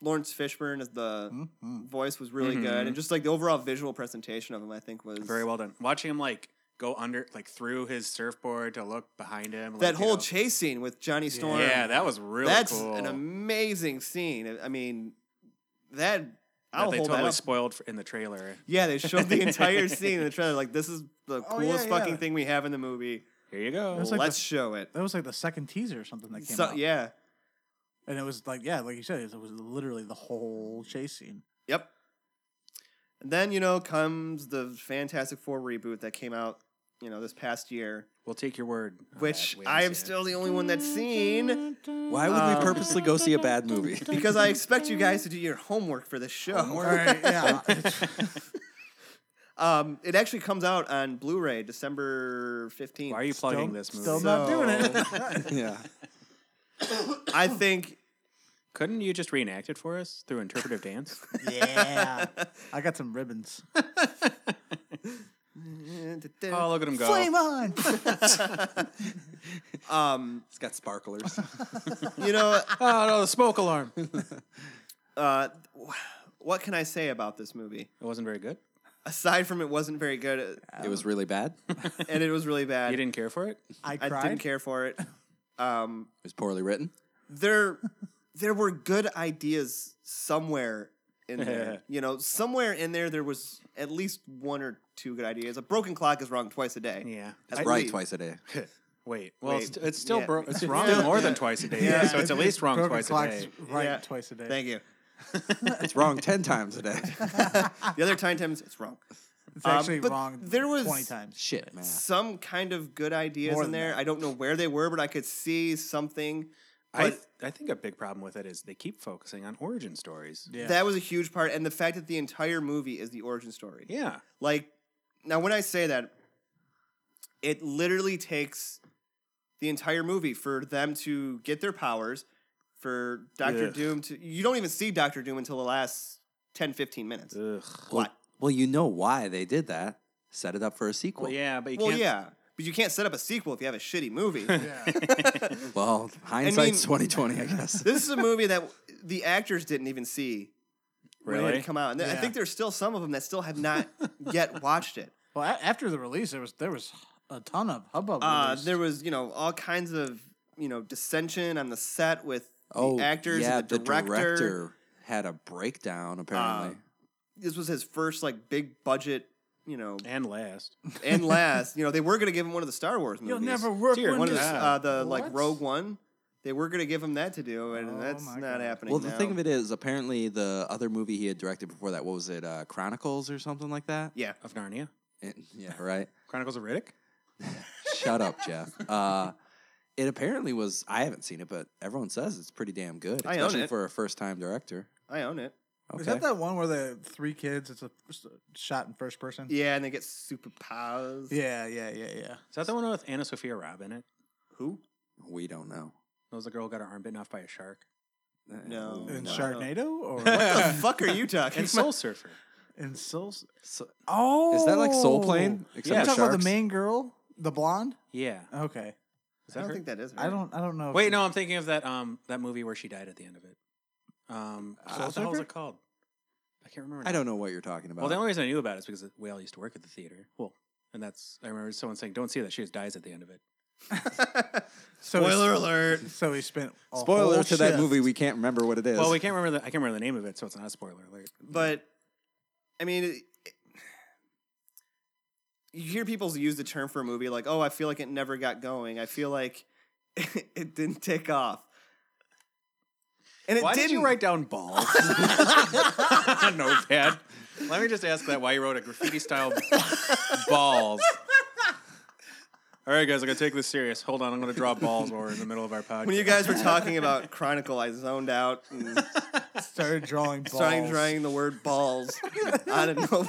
Speaker 1: Lawrence Fishburne as the
Speaker 4: Mhm.
Speaker 1: voice was really
Speaker 3: Mm-hmm.
Speaker 1: good, and just like the overall visual presentation of him, I think was
Speaker 3: Very well done. Watching him like go under, like through his surfboard to look behind him.
Speaker 1: That
Speaker 3: like, you
Speaker 1: whole
Speaker 3: know.
Speaker 1: chase scene with Johnny Storm,
Speaker 3: yeah, that was really
Speaker 1: that's
Speaker 3: cool.
Speaker 1: an amazing scene. I mean, that
Speaker 3: that
Speaker 1: I'll
Speaker 3: they
Speaker 1: hold
Speaker 3: totally
Speaker 1: that up.
Speaker 3: spoiled for, in the trailer.
Speaker 1: yeah,
Speaker 3: <laughs>
Speaker 1: they showed the entire scene in the trailer. Like, this is the
Speaker 4: Oh, yeah,
Speaker 1: coolest fucking
Speaker 4: yeah.
Speaker 1: thing we have in the movie.
Speaker 3: Here you go.
Speaker 4: It's like
Speaker 1: Let's
Speaker 4: the-
Speaker 1: show it.
Speaker 4: That was like the second teaser or something that came
Speaker 1: So,
Speaker 4: out.
Speaker 1: yeah.
Speaker 4: And it was like, yeah, like you said, it was literally the whole chase scene.
Speaker 1: Yep. And then, you know, comes the Fantastic Four reboot that came out, you know, this past year,
Speaker 3: We'll take your word. on Oh, that.
Speaker 1: which
Speaker 3: We haven't
Speaker 1: I am
Speaker 3: seen it.
Speaker 1: still the only one that's seen
Speaker 5: Why would
Speaker 1: Um,
Speaker 5: we purposely go see a
Speaker 3: <laughs>
Speaker 5: bad movie? <laughs>
Speaker 1: because I expect you guys to do your homework for this show.
Speaker 4: All right,
Speaker 1: <laughs>
Speaker 4: yeah. It's-
Speaker 1: Um, it actually comes out on Blu ray December 15th.
Speaker 3: Why are you plugging
Speaker 4: Still-
Speaker 3: this movie?
Speaker 4: Still not doing
Speaker 1: So-
Speaker 4: <laughs> it.
Speaker 5: yeah.
Speaker 3: <laughs>
Speaker 1: I think.
Speaker 3: Couldn't you just reenact it for us through interpretive dance?
Speaker 1: <laughs>
Speaker 4: yeah. I got some ribbons.
Speaker 3: Oh, look at him go.
Speaker 1: <laughs>
Speaker 4: Flame on.
Speaker 1: um,
Speaker 5: It's got sparklers.
Speaker 1: you know,
Speaker 3: Oh, no, the
Speaker 1: <laughs>
Speaker 3: smoke alarm. it
Speaker 1: uh, what can I say about this movie?
Speaker 3: wasn't very good.
Speaker 1: Aside from it wasn't very good,
Speaker 5: <laughs>
Speaker 3: <laughs>
Speaker 5: it was really bad. It
Speaker 1: uh, and it was really bad.
Speaker 3: You didn't care for it?
Speaker 4: I
Speaker 1: I
Speaker 4: cried.
Speaker 1: didn't care for it. Um,
Speaker 5: was poorly written.
Speaker 1: there, there were good ideas somewhere in
Speaker 4: <laughs>
Speaker 1: there. you know, somewhere in there, there was at least one or two good ideas. A broken clock is wrong twice a day.
Speaker 3: Yeah.
Speaker 5: It's
Speaker 1: At
Speaker 5: right
Speaker 1: least.
Speaker 5: twice a day.
Speaker 3: Wait. Well,
Speaker 1: Wait,
Speaker 3: It's, it's still
Speaker 1: yeah.
Speaker 3: bro-
Speaker 1: <laughs>
Speaker 3: it's wrong
Speaker 1: Still-
Speaker 3: more than
Speaker 1: yeah.
Speaker 3: twice a day.
Speaker 1: Yeah,
Speaker 3: so it's at least wrong
Speaker 4: Broken
Speaker 3: twice a
Speaker 4: clock's
Speaker 3: day.
Speaker 4: Right,
Speaker 1: Yeah.
Speaker 4: twice a day.
Speaker 1: Thank you.
Speaker 5: It's wrong ten times a day.
Speaker 3: <laughs>
Speaker 1: The other time times it's wrong.
Speaker 4: It's
Speaker 1: Um,
Speaker 4: actually
Speaker 1: but
Speaker 4: wrong
Speaker 1: there was-
Speaker 4: 20 times.
Speaker 5: Shit, man.
Speaker 1: Some kind of good ideas
Speaker 4: More
Speaker 1: in
Speaker 4: than
Speaker 1: there.
Speaker 4: that.
Speaker 1: I don't know where they were, but I could see something.
Speaker 3: I,
Speaker 1: But-
Speaker 3: I think a big problem with it is they keep focusing on origin stories.
Speaker 1: <laughs>
Speaker 4: Yeah.
Speaker 1: That was a huge part, and the fact that the entire movie is the origin story.
Speaker 3: Yeah.
Speaker 1: Like now, when I say that, it literally takes the entire movie for them to get their powers. For Doctor
Speaker 3: Ugh.
Speaker 1: Doom to, you don't even see Doctor Doom until the last 10, 15 minutes.
Speaker 3: Ugh.
Speaker 5: Well, well, you know why they did that. Set it up for a sequel.
Speaker 3: Well, yeah, but you
Speaker 1: Well,
Speaker 3: can't.
Speaker 1: yeah, but you can't set up a sequel if you have a shitty movie.
Speaker 5: Well, hindsight's twenty twenty, I
Speaker 3: <laughs>
Speaker 5: guess.
Speaker 1: this is a movie that the actors didn't even see when it
Speaker 3: Really?
Speaker 1: had come out, and I
Speaker 4: Yeah.
Speaker 1: think there's still some of them that still have not yet watched it.
Speaker 4: Well, a- after the release, there was there was a ton of hubbub.
Speaker 1: Uh,
Speaker 4: released.
Speaker 1: there was, you know, all kinds of, you know, dissension on the set with
Speaker 5: oh,
Speaker 1: the actors
Speaker 5: yeah,
Speaker 1: and the director.
Speaker 5: director had a breakdown
Speaker 3: Uh,
Speaker 5: apparently.
Speaker 1: Uh, This was his first like big budget, you know,
Speaker 3: And last.
Speaker 1: and last, you know, they were gonna give him one of the Star Wars movies.
Speaker 4: You'll never work
Speaker 3: Dear,
Speaker 4: when
Speaker 1: one of the
Speaker 3: Yeah.
Speaker 1: uh, the like
Speaker 4: What?
Speaker 1: Rogue One. They were gonna give him that to do, and
Speaker 4: Oh
Speaker 1: that's
Speaker 4: my
Speaker 1: not
Speaker 4: God.
Speaker 1: happening.
Speaker 5: well, the
Speaker 1: now.
Speaker 5: thing of it is, apparently, the other movie he had directed before that, what was it, uh, Chronicles or something like that?
Speaker 1: yeah,
Speaker 3: Of Narnia.
Speaker 5: And- yeah, right.
Speaker 3: Chronicles of Riddick?
Speaker 5: Shut up, Jeff. Uh, it apparently was. I haven't seen it, but everyone says it's pretty damn good,
Speaker 1: I own
Speaker 5: especially
Speaker 1: it.
Speaker 5: for a first-time director.
Speaker 1: I own it.
Speaker 5: Okay.
Speaker 4: Is that that one where the three kids? It's a s- shot in first person.
Speaker 1: Yeah, and they get superpowers.
Speaker 4: yeah, yeah, yeah, yeah.
Speaker 3: Is that the one with Anna Sophia Robb in it?
Speaker 1: who?
Speaker 5: We don't know.
Speaker 1: <laughs>
Speaker 3: That was the girl who got her arm bitten off by a shark.
Speaker 1: No.
Speaker 4: In
Speaker 1: Oh, no.
Speaker 4: Sharknado
Speaker 1: <laughs>
Speaker 4: or
Speaker 1: What
Speaker 5: <laughs>
Speaker 1: the fuck are you talking
Speaker 3: and
Speaker 1: about?
Speaker 3: Soul Surfer.
Speaker 4: in Souls?
Speaker 5: So-
Speaker 4: Oh,
Speaker 5: Is that like Soul Plane? Except
Speaker 4: you
Speaker 5: with
Speaker 4: talking about the
Speaker 5: sharks?
Speaker 4: main girl, the blonde?
Speaker 3: Yeah.
Speaker 4: Okay,
Speaker 3: Is
Speaker 1: I
Speaker 3: that
Speaker 1: don't
Speaker 3: her?
Speaker 1: think that is.
Speaker 4: I
Speaker 1: her.
Speaker 4: don't. I don't know. if
Speaker 3: Wait,
Speaker 4: she-
Speaker 3: no, I'm thinking of that um that movie where she died at the end of it. Um,
Speaker 5: Soul
Speaker 3: what the hell is
Speaker 5: Surfer?
Speaker 3: it called? I can't remember.
Speaker 5: I
Speaker 3: now.
Speaker 5: don't know what you're talking about.
Speaker 3: Well, the only reason I knew about it is because we all used to work at the theater. Well, and that's I remember someone saying, "Don't see that she just dies at the end of it."
Speaker 1: <laughs>
Speaker 4: So he-
Speaker 1: Spoiler alert.
Speaker 4: So he spent a
Speaker 5: Spoiler
Speaker 4: whole
Speaker 5: to that
Speaker 4: shift-
Speaker 5: movie, we can't remember what it is.
Speaker 3: Well, we can't remember the I can't remember the name of it, so it's not a spoiler alert.
Speaker 1: But I mean, it, you hear people use the term for a movie like, "Oh, I feel like it never got going. I feel like <laughs> it didn't take off." And it
Speaker 3: Why
Speaker 1: didn't.
Speaker 3: did you write
Speaker 1: <laughs>
Speaker 3: down <laughs> balls on a notepad? Let me just ask that why you wrote a graffiti style <laughs> balls. All right, guys, I'm gonna take this serious. Hold on, I'm gonna draw balls while we're in the middle of our podcast.
Speaker 1: when you guys were talking
Speaker 3: <laughs>
Speaker 1: about Chronicle, I zoned out and
Speaker 5: <laughs>
Speaker 4: started drawing balls.
Speaker 1: started drawing the word
Speaker 3: <laughs>
Speaker 1: balls. I didn't know.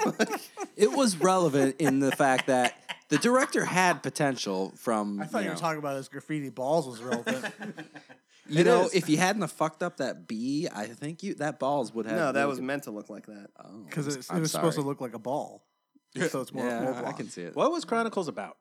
Speaker 5: it was relevant in the fact that the director had potential from.
Speaker 4: I thought you,
Speaker 5: you
Speaker 4: were
Speaker 5: know,
Speaker 4: talking about his graffiti balls was
Speaker 5: <laughs>
Speaker 4: relevant.
Speaker 5: You know, if he hadn't have fucked up that B, I think you that balls would have.
Speaker 1: No, that
Speaker 5: really
Speaker 1: was
Speaker 5: good-
Speaker 1: meant to look like that.
Speaker 5: Oh,
Speaker 4: because it,
Speaker 5: I'm
Speaker 4: was supposed to
Speaker 5: sorry.
Speaker 4: look like
Speaker 5: <laughs>
Speaker 4: a ball. So it's more
Speaker 5: Yeah, I
Speaker 4: oblong.
Speaker 5: can see it.
Speaker 3: what was Chronicles about?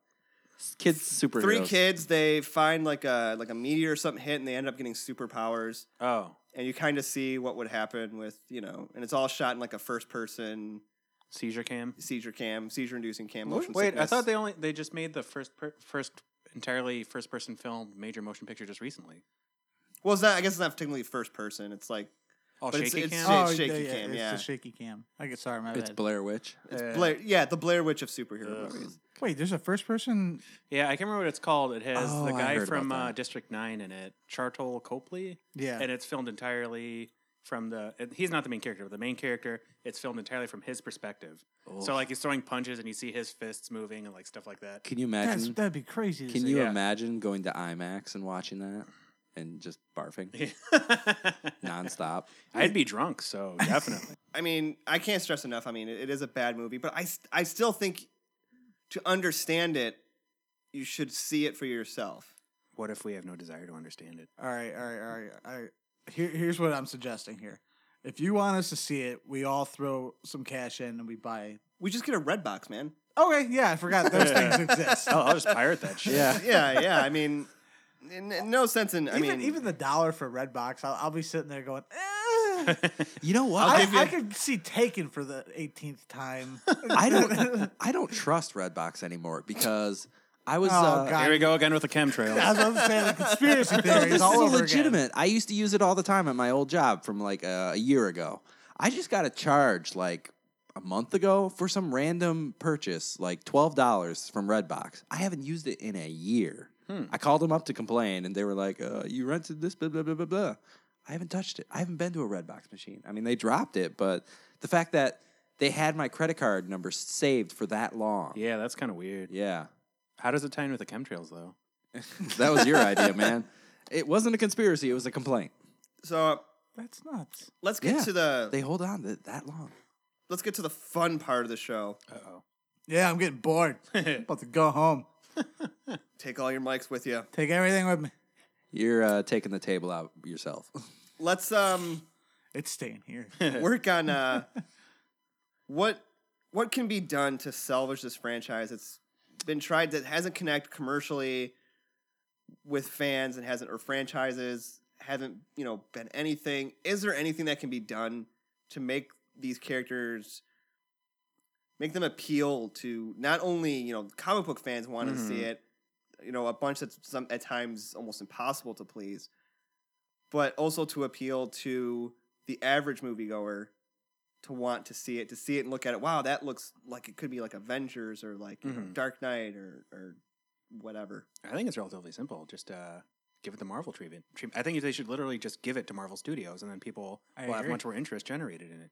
Speaker 5: kids superheroes?
Speaker 1: Three kids, they find like a like a meteor or something hit, and they end up getting superpowers.
Speaker 3: Oh,
Speaker 1: And you kind of see what would happen with you know, and it's all shot in like a first person
Speaker 3: seizure cam.
Speaker 1: seizure cam, seizure inducing cam motion.
Speaker 3: Wait, I
Speaker 1: sickness.
Speaker 3: thought they only they just made the first per, first entirely first person film major motion picture just recently.
Speaker 1: well, it's not. I guess it's not technically first person. It's like
Speaker 3: Oh,
Speaker 1: But it's-
Speaker 3: shaky
Speaker 1: it's
Speaker 3: cam.
Speaker 1: shit.
Speaker 4: Oh,
Speaker 1: shaky
Speaker 4: yeah,
Speaker 1: cam,
Speaker 4: It's
Speaker 1: yeah.
Speaker 4: the shaky cam. I get sorry, my
Speaker 5: It's
Speaker 4: bad.
Speaker 5: Blair Witch.
Speaker 1: it's
Speaker 3: Uh,
Speaker 1: Blair. Yeah, the Blair Witch of superhero
Speaker 3: Ugh.
Speaker 1: movies.
Speaker 4: Wait, there's a first person.
Speaker 3: Yeah, I can't remember what it's called. It has
Speaker 5: Oh, I
Speaker 3: the guy
Speaker 5: heard
Speaker 3: from
Speaker 5: about
Speaker 3: uh,
Speaker 5: that.
Speaker 3: District Nine in it, Chartol Copley,
Speaker 4: Yeah,
Speaker 3: and it's filmed entirely from the. and He's not the main character, but the main character. It's filmed entirely from his perspective. So like he's throwing punches, and you see his fists moving and like stuff
Speaker 5: <laughs>
Speaker 3: like that.
Speaker 5: Can you
Speaker 4: That's,
Speaker 5: imagine?
Speaker 4: that'd be crazy. To
Speaker 5: Can
Speaker 4: see.
Speaker 5: you
Speaker 3: yeah.
Speaker 5: imagine going to IMAX and watching that and just barfing nonstop?
Speaker 3: I'd be drunk, so definitely.
Speaker 1: I mean, I can't stress enough. I mean, it, it is a bad movie, but I st- I still think to understand it, you should see it for yourself.
Speaker 3: what if we have no desire to understand it?
Speaker 4: All right, all right, all right. All right. Here, here's what I'm suggesting here. If you want us to see it, we all throw some cash in and we buy.
Speaker 1: We just get a red box, man.
Speaker 4: Okay, yeah, I forgot those things exist.
Speaker 3: Oh, I'll just pirate that shit.
Speaker 5: Yeah.
Speaker 1: <laughs> yeah, yeah. I mean, n- n- no sense in. I
Speaker 4: even
Speaker 1: mean,
Speaker 4: even the dollar for Redbox, I'll, I'll be sitting there going, eh.
Speaker 5: You know what?
Speaker 4: I,
Speaker 1: give you-
Speaker 4: I could see Taken for the 18th time.
Speaker 5: I don't I don't trust Redbox anymore because I was
Speaker 4: Oh,
Speaker 5: uh,
Speaker 4: God.
Speaker 3: Here we go again with the chemtrails.
Speaker 4: I was about to say the conspiracy
Speaker 5: no,
Speaker 4: theories
Speaker 5: this
Speaker 4: all
Speaker 5: is
Speaker 4: over
Speaker 5: legitimate. I used to use it all the time at my old job from like uh, a year ago. I just got a charge like a month ago for some random purchase, like twelve dollars from Redbox. I haven't used it in a year.
Speaker 4: Hmm.
Speaker 5: I called them up to complain, and they were like, uh, "You rented this, blah blah blah blah blah." I haven't touched it. I haven't been to a Redbox machine. I mean, they dropped it, but the fact that they had my credit card number saved for that long,
Speaker 3: yeah, that's kind of weird.
Speaker 5: yeah.
Speaker 3: How does it tie in with the chemtrails though?
Speaker 5: that was your idea, man. It wasn't a conspiracy. It was a complaint.
Speaker 1: so
Speaker 4: again. That's nuts.
Speaker 1: let's get
Speaker 5: Yeah.
Speaker 1: to the
Speaker 5: They hold on to that long.
Speaker 1: let's get to the fun part of the show.
Speaker 3: Uh oh.
Speaker 4: Yeah, I'm getting bored. I'm about to go home.
Speaker 1: Take all your mics with you.
Speaker 4: Take everything with me.
Speaker 5: You're uh, taking the table out yourself. <laughs>
Speaker 1: Let's um
Speaker 4: It's staying here.
Speaker 1: <laughs> work on uh what what can be done to salvage this franchise. It's been tried that hasn't connect commercially with fans and hasn't or franchises haven't you know been anything. Is there anything that can be done to make these characters? Make them appeal to not only you know comic book fans wanting to see
Speaker 3: Mhm.
Speaker 1: it, you know a bunch that's some at times almost impossible to please, but also to appeal to the average moviegoer to want to see it, to see it and look at it. Wow, that looks like it could be like Avengers or like you know,
Speaker 3: Mhm.
Speaker 1: Dark Knight or or whatever.
Speaker 3: I think it's relatively simple. Just uh, give it the Marvel treatment. treat- I think they should literally just give it to Marvel Studios, and then people
Speaker 4: I
Speaker 3: will have
Speaker 4: agree.
Speaker 3: much more interest generated in it.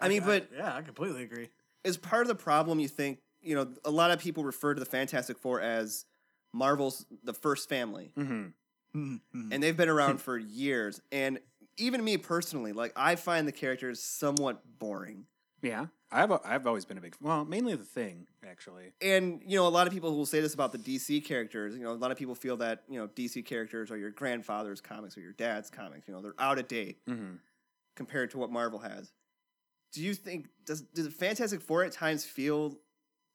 Speaker 1: I mean, but
Speaker 4: yeah, I completely agree.
Speaker 1: is part of the problem you think you know a lot of people refer to the fantastic four as marvel's the first family
Speaker 3: Mm-hmm.
Speaker 4: Mhm, mhm.
Speaker 1: and they've been around for years and even me personally like i find the characters somewhat boring
Speaker 3: Yeah, I've I've always been a big well, mainly the thing actually.
Speaker 1: and you know a lot of people will say this about the DC characters. You know, a lot of people feel that you know DC characters are your grandfather's comics or your dad's comics. You know, they're out of date
Speaker 3: Mm-hmm.
Speaker 1: compared to what Marvel has. Do you think does does Fantastic Four at times feel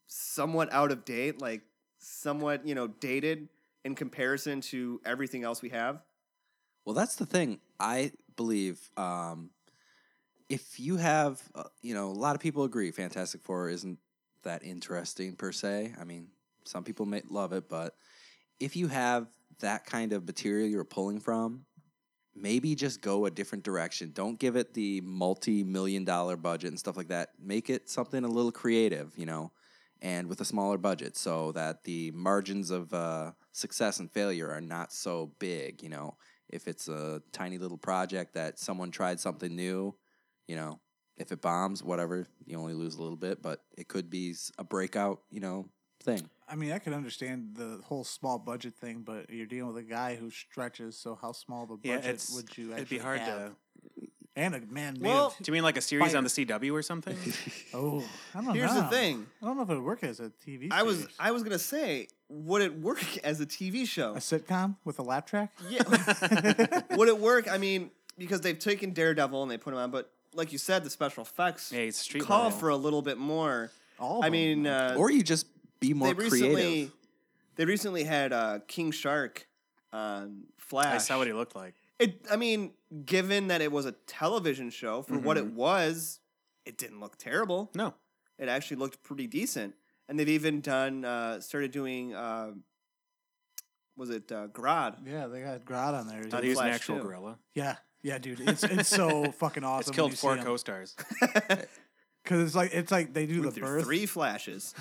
Speaker 1: somewhat out of date, like somewhat you know dated in comparison to everything else we have?
Speaker 5: Well, that's the thing. I believe um, if you have, uh, you know, a lot of people agree Fantastic Four isn't that interesting per se. I mean, some people may love it, but if you have that kind of material you're pulling from, maybe just go a different direction. Don't give it the multi million dollar budget and stuff like that. Make it something a little creative, you know, and with a smaller budget so that the margins of uh, success and failure are not so big, you know. If it's a tiny little project that someone tried something new, you know, if it bombs, whatever, you only lose a little bit, but it could be s- a breakout, you know, thing.
Speaker 4: I mean, I can understand the whole small budget thing, but you're dealing with a guy who stretches. So how small of a
Speaker 3: Yeah,
Speaker 4: budget
Speaker 3: it's-
Speaker 4: would you? Actually
Speaker 3: It'd be hard
Speaker 4: have?
Speaker 3: to.
Speaker 4: And a man made.
Speaker 1: Well-
Speaker 4: Well,
Speaker 3: <laughs> Do you mean like a series on the
Speaker 4: Fire.
Speaker 3: CW or something?
Speaker 4: oh, I don't
Speaker 1: Here's
Speaker 4: know.
Speaker 1: the thing.
Speaker 4: I don't know if it would work as a TV.
Speaker 1: I was
Speaker 4: series.
Speaker 1: I was gonna say, would it work <laughs> as a TV show?
Speaker 4: a sitcom with a lap track.
Speaker 1: Yeah. <laughs> would it work? I mean, because they've taken Daredevil and they put him on, but like you said, the special effects
Speaker 3: Yeah, it's street
Speaker 1: call
Speaker 3: level.
Speaker 1: for a little bit more.
Speaker 4: All of
Speaker 1: I
Speaker 4: them.
Speaker 1: mean, uh,
Speaker 5: or you just be more
Speaker 1: they recently
Speaker 5: creative.
Speaker 1: they recently had uh, King Shark on Flash.
Speaker 3: I saw what he looked like.
Speaker 1: It, I mean, given that it was a television show for what it
Speaker 3: Mm-hmm.
Speaker 1: was, it didn't look terrible.
Speaker 3: No,
Speaker 1: It actually looked pretty decent, and they've even done uh, started doing. Uh, was it uh, Grodd?
Speaker 4: yeah, they got Grodd on there.
Speaker 3: thought he was an
Speaker 1: Flash
Speaker 3: actual
Speaker 1: too.
Speaker 3: gorilla.
Speaker 4: Yeah, yeah, dude, it's
Speaker 1: <laughs>
Speaker 4: it's so fucking awesome.
Speaker 3: It's killed four co-stars.
Speaker 4: because it's like it's like they do
Speaker 1: Went
Speaker 4: the
Speaker 1: through
Speaker 4: birth.
Speaker 1: three flashes.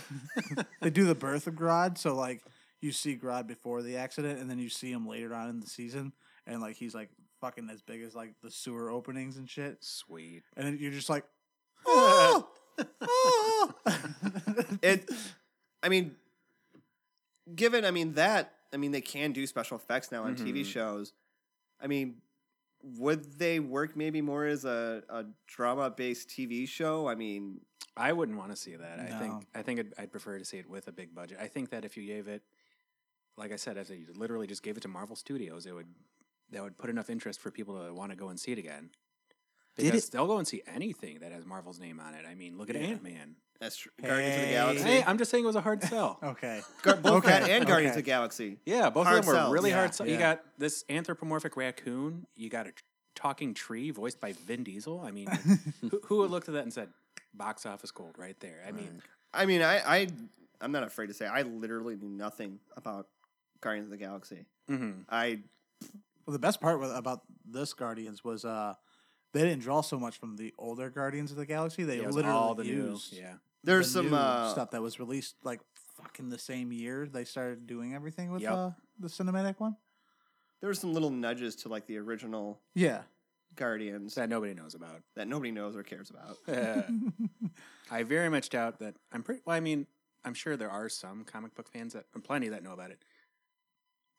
Speaker 4: They do the birth of Grodd, so like you see Grodd before the accident, and then you see him later on in the season, and like he's like fucking as big as like the sewer openings and shit,
Speaker 3: Sweet.
Speaker 4: and then you're just like, <laughs>
Speaker 1: Oh! <laughs> it <laughs> i mean given i mean that i mean they can do special effects now on tv
Speaker 4: Mm-hmm.
Speaker 1: shows i mean would they work maybe more as a, a drama based tv show i mean
Speaker 3: I wouldn't want to see that. I
Speaker 4: No.
Speaker 3: think I think I'd, I'd prefer to see it with a big budget. I think that if you gave it, like I said, if you literally just gave it to Marvel Studios, it would that would put enough interest for people to want to go and see it again.
Speaker 5: Did it-
Speaker 3: Because they'll go and see anything that has Marvel's name on it. I mean, look at Ant Man.
Speaker 1: that's tr- guardians of the
Speaker 4: Hey.
Speaker 1: galaxy
Speaker 3: Hey, I'm just saying it was a
Speaker 4: <laughs>
Speaker 3: hard sell.
Speaker 4: okay,
Speaker 1: Gar- both
Speaker 4: Okay,
Speaker 1: that and guardians
Speaker 4: okay.
Speaker 1: of the galaxy
Speaker 3: Yeah, both
Speaker 1: Hard
Speaker 3: of them were
Speaker 1: sells.
Speaker 3: really
Speaker 4: Yeah,
Speaker 3: hard. Sell. You
Speaker 4: yeah.
Speaker 3: got this anthropomorphic raccoon. You got a tr- talking tree voiced by Vin Diesel. I mean, who, who would look at that and said, "Box office gold" right there? I mean,
Speaker 1: i mean i i i'm not afraid to say i literally knew nothing about guardians of the galaxy
Speaker 3: mhm.
Speaker 1: i
Speaker 4: Well, the best part with, about this Guardians was uh they didn't draw so much from the older Guardians of the Galaxy. They
Speaker 3: Yeah, it was
Speaker 4: literally
Speaker 3: all the
Speaker 4: used
Speaker 3: news. Yeah.
Speaker 1: there's
Speaker 4: the
Speaker 1: some
Speaker 4: new
Speaker 1: uh,
Speaker 4: stuff that was released like fucking the same year they started doing everything with
Speaker 3: Yep.
Speaker 4: uh, the cinematic one.
Speaker 1: there were some little nudges to like the original
Speaker 4: Yeah,
Speaker 1: guardians
Speaker 3: that nobody knows about. <laughs>
Speaker 1: that nobody knows or cares about.
Speaker 3: I very much doubt that. I'm pretty. Well, I mean, I'm sure there are some comic book fans that, and plenty that know about it,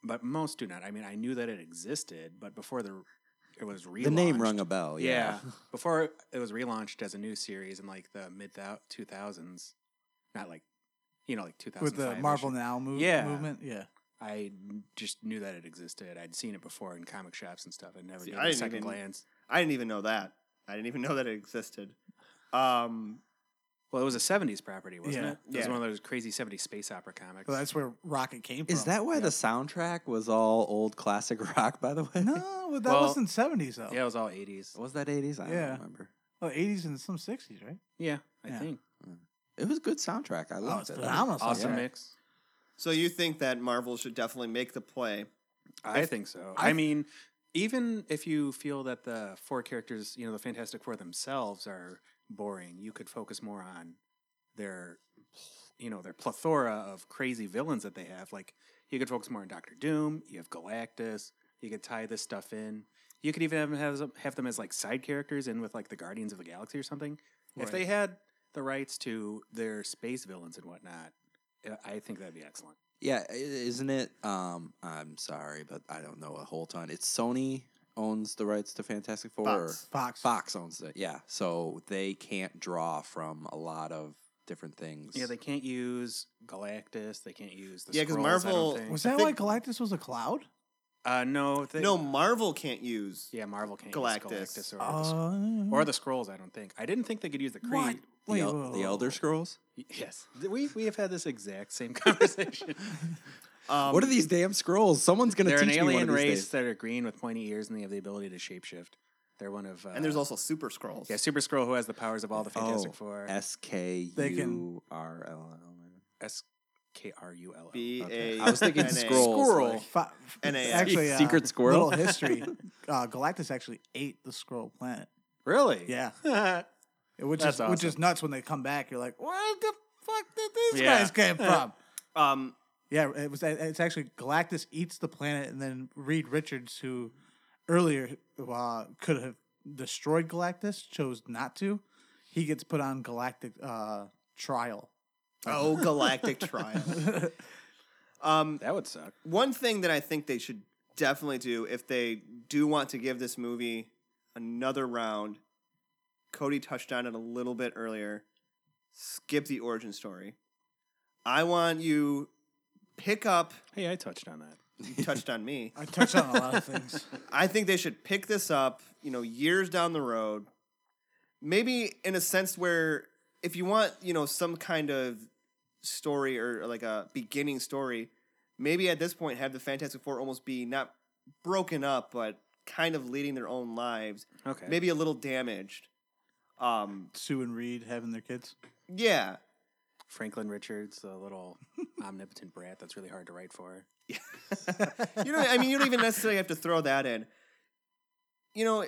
Speaker 3: but most do not. I mean, I knew that it existed, but before the it was relaunched.
Speaker 5: The name rung a bell. Yeah.
Speaker 3: yeah. before it was relaunched as a new series in like the mid two thousands, not like you know like two thousand
Speaker 4: with the Marvel Now move-
Speaker 3: Yeah.
Speaker 4: movement. Yeah.
Speaker 3: I just knew that it existed. I'd seen it before in comic shops and stuff. I never
Speaker 1: See,
Speaker 3: gave
Speaker 1: I
Speaker 3: it a
Speaker 1: didn't
Speaker 3: second
Speaker 1: even-
Speaker 3: glance.
Speaker 1: I didn't even know that. I didn't even <laughs> know that it existed. Um,
Speaker 3: Well, it was a '70s property, wasn't
Speaker 4: Yeah.
Speaker 3: it? It was
Speaker 1: Yeah.
Speaker 3: one of those crazy '70s space opera comics.
Speaker 4: So that's where Rocket came from.
Speaker 5: Is that why the soundtrack was all old classic <laughs> rock, by the
Speaker 3: <laughs>
Speaker 5: way?
Speaker 4: No, that
Speaker 3: Well-
Speaker 4: wasn't seventies though.
Speaker 3: Yeah, it was all '80s.
Speaker 5: Was that 80s? I
Speaker 4: Yeah.
Speaker 5: don't remember.
Speaker 4: Well, eighties and some sixties, right?
Speaker 3: Yeah, I
Speaker 4: Yeah.
Speaker 3: think
Speaker 5: It was a good soundtrack. I loved
Speaker 4: Oh, it's
Speaker 5: it.
Speaker 4: phenomenal
Speaker 3: awesome
Speaker 4: soundtrack.
Speaker 3: mix.
Speaker 1: so you think that Marvel should definitely make the play?
Speaker 3: I think so. I, mean, even if you feel that the four characters, you know, the Fantastic Four themselves are boring, you could focus more on their, you know, their plethora of crazy villains that they have. Like you could focus more on Doctor Doom. You have Galactus. You could tie this stuff in. You could even have them, have, have them as like side characters in with like the Guardians of the Galaxy or something. If they had the rights to their space villains and whatnot, uh, I think that'd be excellent.
Speaker 5: Yeah, i- isn't it? Um, I'm sorry, but I don't know a whole ton. It's Sony owns the rights to Fantastic Four? or-
Speaker 1: Fox.
Speaker 4: Fox.
Speaker 5: Fox owns it, yeah. So they can't draw from a lot of different things.
Speaker 3: Yeah, they can't use Galactus. They can't use the
Speaker 1: Yeah, 'cause
Speaker 3: because Marvel
Speaker 1: Marvel-
Speaker 4: Was
Speaker 1: I
Speaker 4: that
Speaker 1: think-
Speaker 4: why Galactus was a cloud?
Speaker 3: Uh, no, they,
Speaker 1: No, Marvel can't use.
Speaker 3: Yeah, Marvel can't
Speaker 1: Galactus.
Speaker 3: use Galactus or, the, Sc-
Speaker 4: Uh,
Speaker 3: or the Scrolls. I don't think. I didn't think they could use the
Speaker 4: what?
Speaker 3: Kree.
Speaker 5: The,
Speaker 4: Wait,
Speaker 5: El-
Speaker 4: whoa,
Speaker 5: the
Speaker 4: whoa,
Speaker 5: Elder
Speaker 4: whoa.
Speaker 5: Scrolls?
Speaker 3: Yes, we we have had this exact same <laughs> conversation.
Speaker 1: Um,
Speaker 5: what are these damn scrolls? Someone's going to
Speaker 3: They're
Speaker 5: teach me
Speaker 3: an
Speaker 5: one
Speaker 3: alien
Speaker 5: of these
Speaker 3: race
Speaker 5: days.
Speaker 3: that are green with pointy ears and they have the ability to shapeshift. They're one of uh,
Speaker 1: And there's also Super Scrolls.
Speaker 3: yeah Super Scroll who has the powers of all the Fantastic
Speaker 5: Oh,
Speaker 3: Four.
Speaker 5: S K
Speaker 4: They can-
Speaker 5: U R L L.
Speaker 4: <laughs>
Speaker 3: S K R U L L.
Speaker 1: B
Speaker 5: Okay.
Speaker 1: A.
Speaker 5: I was thinking
Speaker 1: N A.
Speaker 5: scrolls,
Speaker 3: Squirrel.
Speaker 5: like-
Speaker 4: Fa-
Speaker 1: NAS.
Speaker 4: Actually,
Speaker 5: <laughs>
Speaker 4: uh,
Speaker 5: Secret squirrel?
Speaker 4: Little
Speaker 3: <laughs>
Speaker 4: history. Uh, Galactus actually ate the scroll planet.
Speaker 3: Really? <laughs>
Speaker 4: Yeah,
Speaker 3: Yeah.
Speaker 4: which
Speaker 3: That's
Speaker 4: is which is
Speaker 3: awesome.
Speaker 4: nuts. When they come back, you're like, where the fuck did <laughs> these
Speaker 3: Yeah.
Speaker 4: guys
Speaker 3: <laughs>
Speaker 4: came from?
Speaker 1: Um,
Speaker 4: Yeah, it was. It's actually Galactus eats the planet, and then Reed Richards, who earlier uh, could have destroyed Galactus, chose not to. He gets put on galactic uh, trial.
Speaker 1: oh, Galactic Trial.
Speaker 5: <laughs>
Speaker 1: Um,
Speaker 3: that would suck.
Speaker 1: one thing that I think they should definitely do if they do want to give this movie another round, Cody touched on it a little bit earlier. Skip the origin story. I want you pick up.
Speaker 3: Hey, I touched on that.
Speaker 1: You touched on me.
Speaker 4: I touched on a lot
Speaker 3: <laughs>
Speaker 4: of things.
Speaker 1: I think they should pick this up, you know, years down the road. Maybe in a sense where if you want, you know, some kind of story or, or like a beginning story, maybe at this point have the Fantastic Four almost be not broken up, but kind of leading their own lives,
Speaker 3: Okay.
Speaker 1: maybe a little damaged. Um,
Speaker 4: Sue and Reed having their kids.
Speaker 1: yeah.
Speaker 3: Franklin Richards, the little omnipotent brat that's really hard to write for.
Speaker 1: You know, I mean, you don't even necessarily have to throw that in. You know,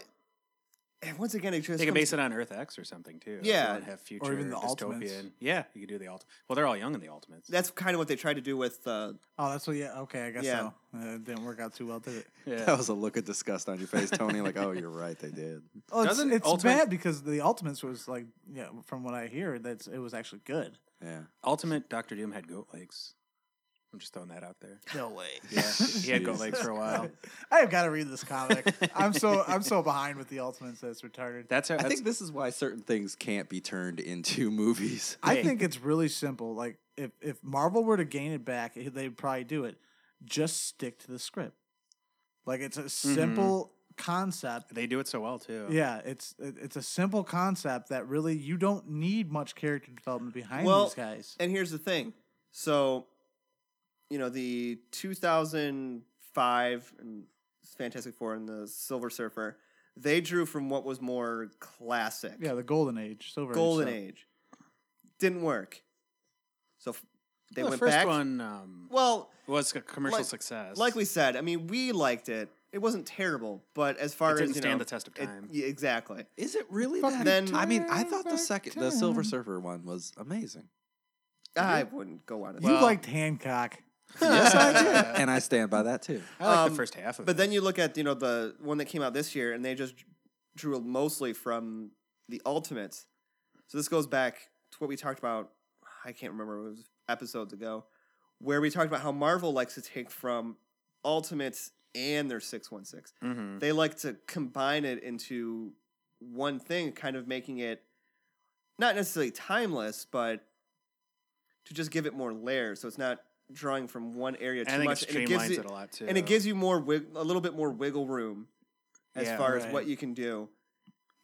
Speaker 1: and once again, it just
Speaker 3: They could
Speaker 1: comes-
Speaker 3: base it on Earth X or something too. if you
Speaker 1: Yeah.
Speaker 3: wanna have future
Speaker 4: even the Ultimates.
Speaker 3: dystopian. Yeah, you could do the ultimate. Well, they're all young in the Ultimates.
Speaker 1: That's kind of what they tried to do with uh,
Speaker 4: Oh, that's what. Yeah, okay, I guess
Speaker 1: Yeah.
Speaker 4: so. Uh, it didn't work out too well, did it?
Speaker 3: yeah.
Speaker 5: That was a look of disgust on your face, Tony. Like, oh, you're right, they did.
Speaker 4: Oh, it's,
Speaker 3: Doesn't
Speaker 4: it's
Speaker 3: Ultimate-
Speaker 4: bad because the Ultimates was like, yeah, from what I hear, that's it was actually good.
Speaker 5: Yeah.
Speaker 3: Ultimate Doctor Doom had goat legs. I'm just throwing that out there.
Speaker 4: No
Speaker 3: <laughs>
Speaker 4: way.
Speaker 3: Yeah, he had goat legs for
Speaker 4: <laughs>
Speaker 3: a while.
Speaker 4: I have got to read this comic. I'm
Speaker 3: <laughs>
Speaker 4: so I'm so behind with the Ultimates that it's retarded.
Speaker 3: That's how.
Speaker 5: I
Speaker 3: That's,
Speaker 5: think this is why certain things can't be turned into <laughs> movies.
Speaker 4: I think it's really simple. Like if if Marvel were to gain it back, eh, they'd probably do it. Just stick to the script. Like it's a simple concept.
Speaker 3: they do it so well too.
Speaker 4: Yeah, it's it- it's a simple concept that really you don't need much character development behind
Speaker 1: Well,
Speaker 4: these guys.
Speaker 1: And here's the thing. So, you know, the 2005 and Fantastic Four and the Silver Surfer, they drew from what was more classic.
Speaker 4: Yeah, the Golden Age, Silver
Speaker 1: golden
Speaker 4: Age. so-
Speaker 1: age. Didn't work. So f- they
Speaker 3: Well, the
Speaker 1: went
Speaker 3: first
Speaker 1: back.
Speaker 3: one um,
Speaker 1: well,
Speaker 3: was a commercial
Speaker 1: like-
Speaker 3: success.
Speaker 1: like we said, I mean, we liked it. It wasn't terrible, but as far
Speaker 3: It didn't
Speaker 1: as you
Speaker 3: stand
Speaker 1: know,
Speaker 3: the test of
Speaker 1: it-
Speaker 3: time.
Speaker 1: yeah, exactly.
Speaker 5: Is it really that?
Speaker 1: Then-
Speaker 5: I mean, I thought the second, the Silver Surfer one was amazing.
Speaker 1: I wouldn't go on it.
Speaker 4: you liked Hancock.
Speaker 5: yes, I <laughs> did, and I stand by that too.
Speaker 3: I like
Speaker 1: um,
Speaker 3: the first half of
Speaker 1: But
Speaker 3: it.
Speaker 1: then you look at you know the one that came out this year, and they just drew mostly from the Ultimates. So this goes back to what we talked about. I can't remember it was episodes ago, where we talked about how Marvel likes to take from Ultimates and their six one six.
Speaker 3: Mhm.
Speaker 1: They like to combine it into one thing, kind of making it not necessarily timeless, but to just give it more layers. So it's not drawing from one area too
Speaker 3: I think
Speaker 1: much.
Speaker 3: it
Speaker 1: and
Speaker 3: streamlines
Speaker 1: you-
Speaker 3: it a lot too.
Speaker 1: and it gives you more wig- a little bit more wiggle room as
Speaker 3: Yeah.
Speaker 1: far as
Speaker 4: Right.
Speaker 1: what you can do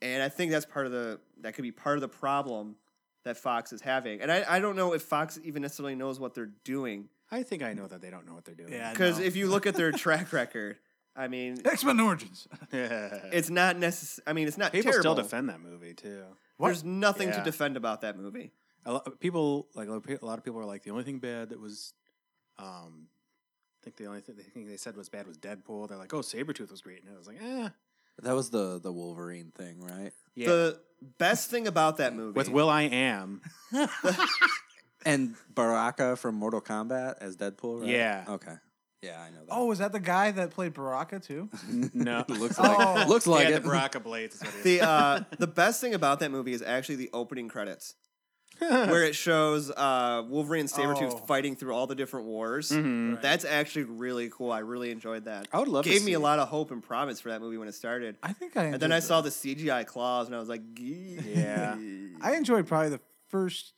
Speaker 1: and i think that's part of the that could be part of the problem that fox is having and i, I don't know if fox even necessarily knows what they're doing
Speaker 3: I think I know that they don't know what they're doing. <laughs>
Speaker 4: Yeah, I
Speaker 1: because
Speaker 4: know.
Speaker 1: if you look at their track record i mean
Speaker 4: X Men Origins.
Speaker 1: it's not necessary i mean it's not
Speaker 3: people
Speaker 1: terrible
Speaker 3: still defend that movie too.
Speaker 1: there's nothing to
Speaker 3: Yeah.
Speaker 1: defend about that movie
Speaker 3: A lot, people like a lot of pe- a lot of people are like the only thing bad that was, um, I think the only thing they, think they said was bad was Deadpool. They're like, oh, Sabretooth was great, and I was like, eh,
Speaker 5: That was the the Wolverine thing, right?
Speaker 3: yeah.
Speaker 1: the best thing about that movie
Speaker 3: With Will I Am,
Speaker 5: And Baraka from Mortal Kombat as Deadpool, right?
Speaker 3: Yeah.
Speaker 5: Okay. Yeah, I know that.
Speaker 4: Oh, is that the guy that played Baraka too?
Speaker 3: <laughs> no,
Speaker 5: <laughs> looks like
Speaker 4: Oh.
Speaker 5: looks like <laughs>
Speaker 3: yeah,
Speaker 5: it.
Speaker 3: <laughs> the Baraka Blades. Is what it is.
Speaker 1: the uh, the best thing about that movie is actually the opening credits
Speaker 3: <laughs>
Speaker 1: where it shows uh, Wolverine and Sabretooth
Speaker 4: Oh.
Speaker 1: fighting through all the different wars. That's actually really cool. I really enjoyed that.
Speaker 3: I would love to
Speaker 1: Gave
Speaker 3: see
Speaker 1: me a
Speaker 3: it.
Speaker 1: lot of hope and promise for that movie when it started.
Speaker 4: I think I.
Speaker 1: and then I
Speaker 4: enjoyed
Speaker 1: saw the CGI claws and I was like,
Speaker 5: <laughs>
Speaker 3: Yeah.
Speaker 4: that. I enjoyed probably the first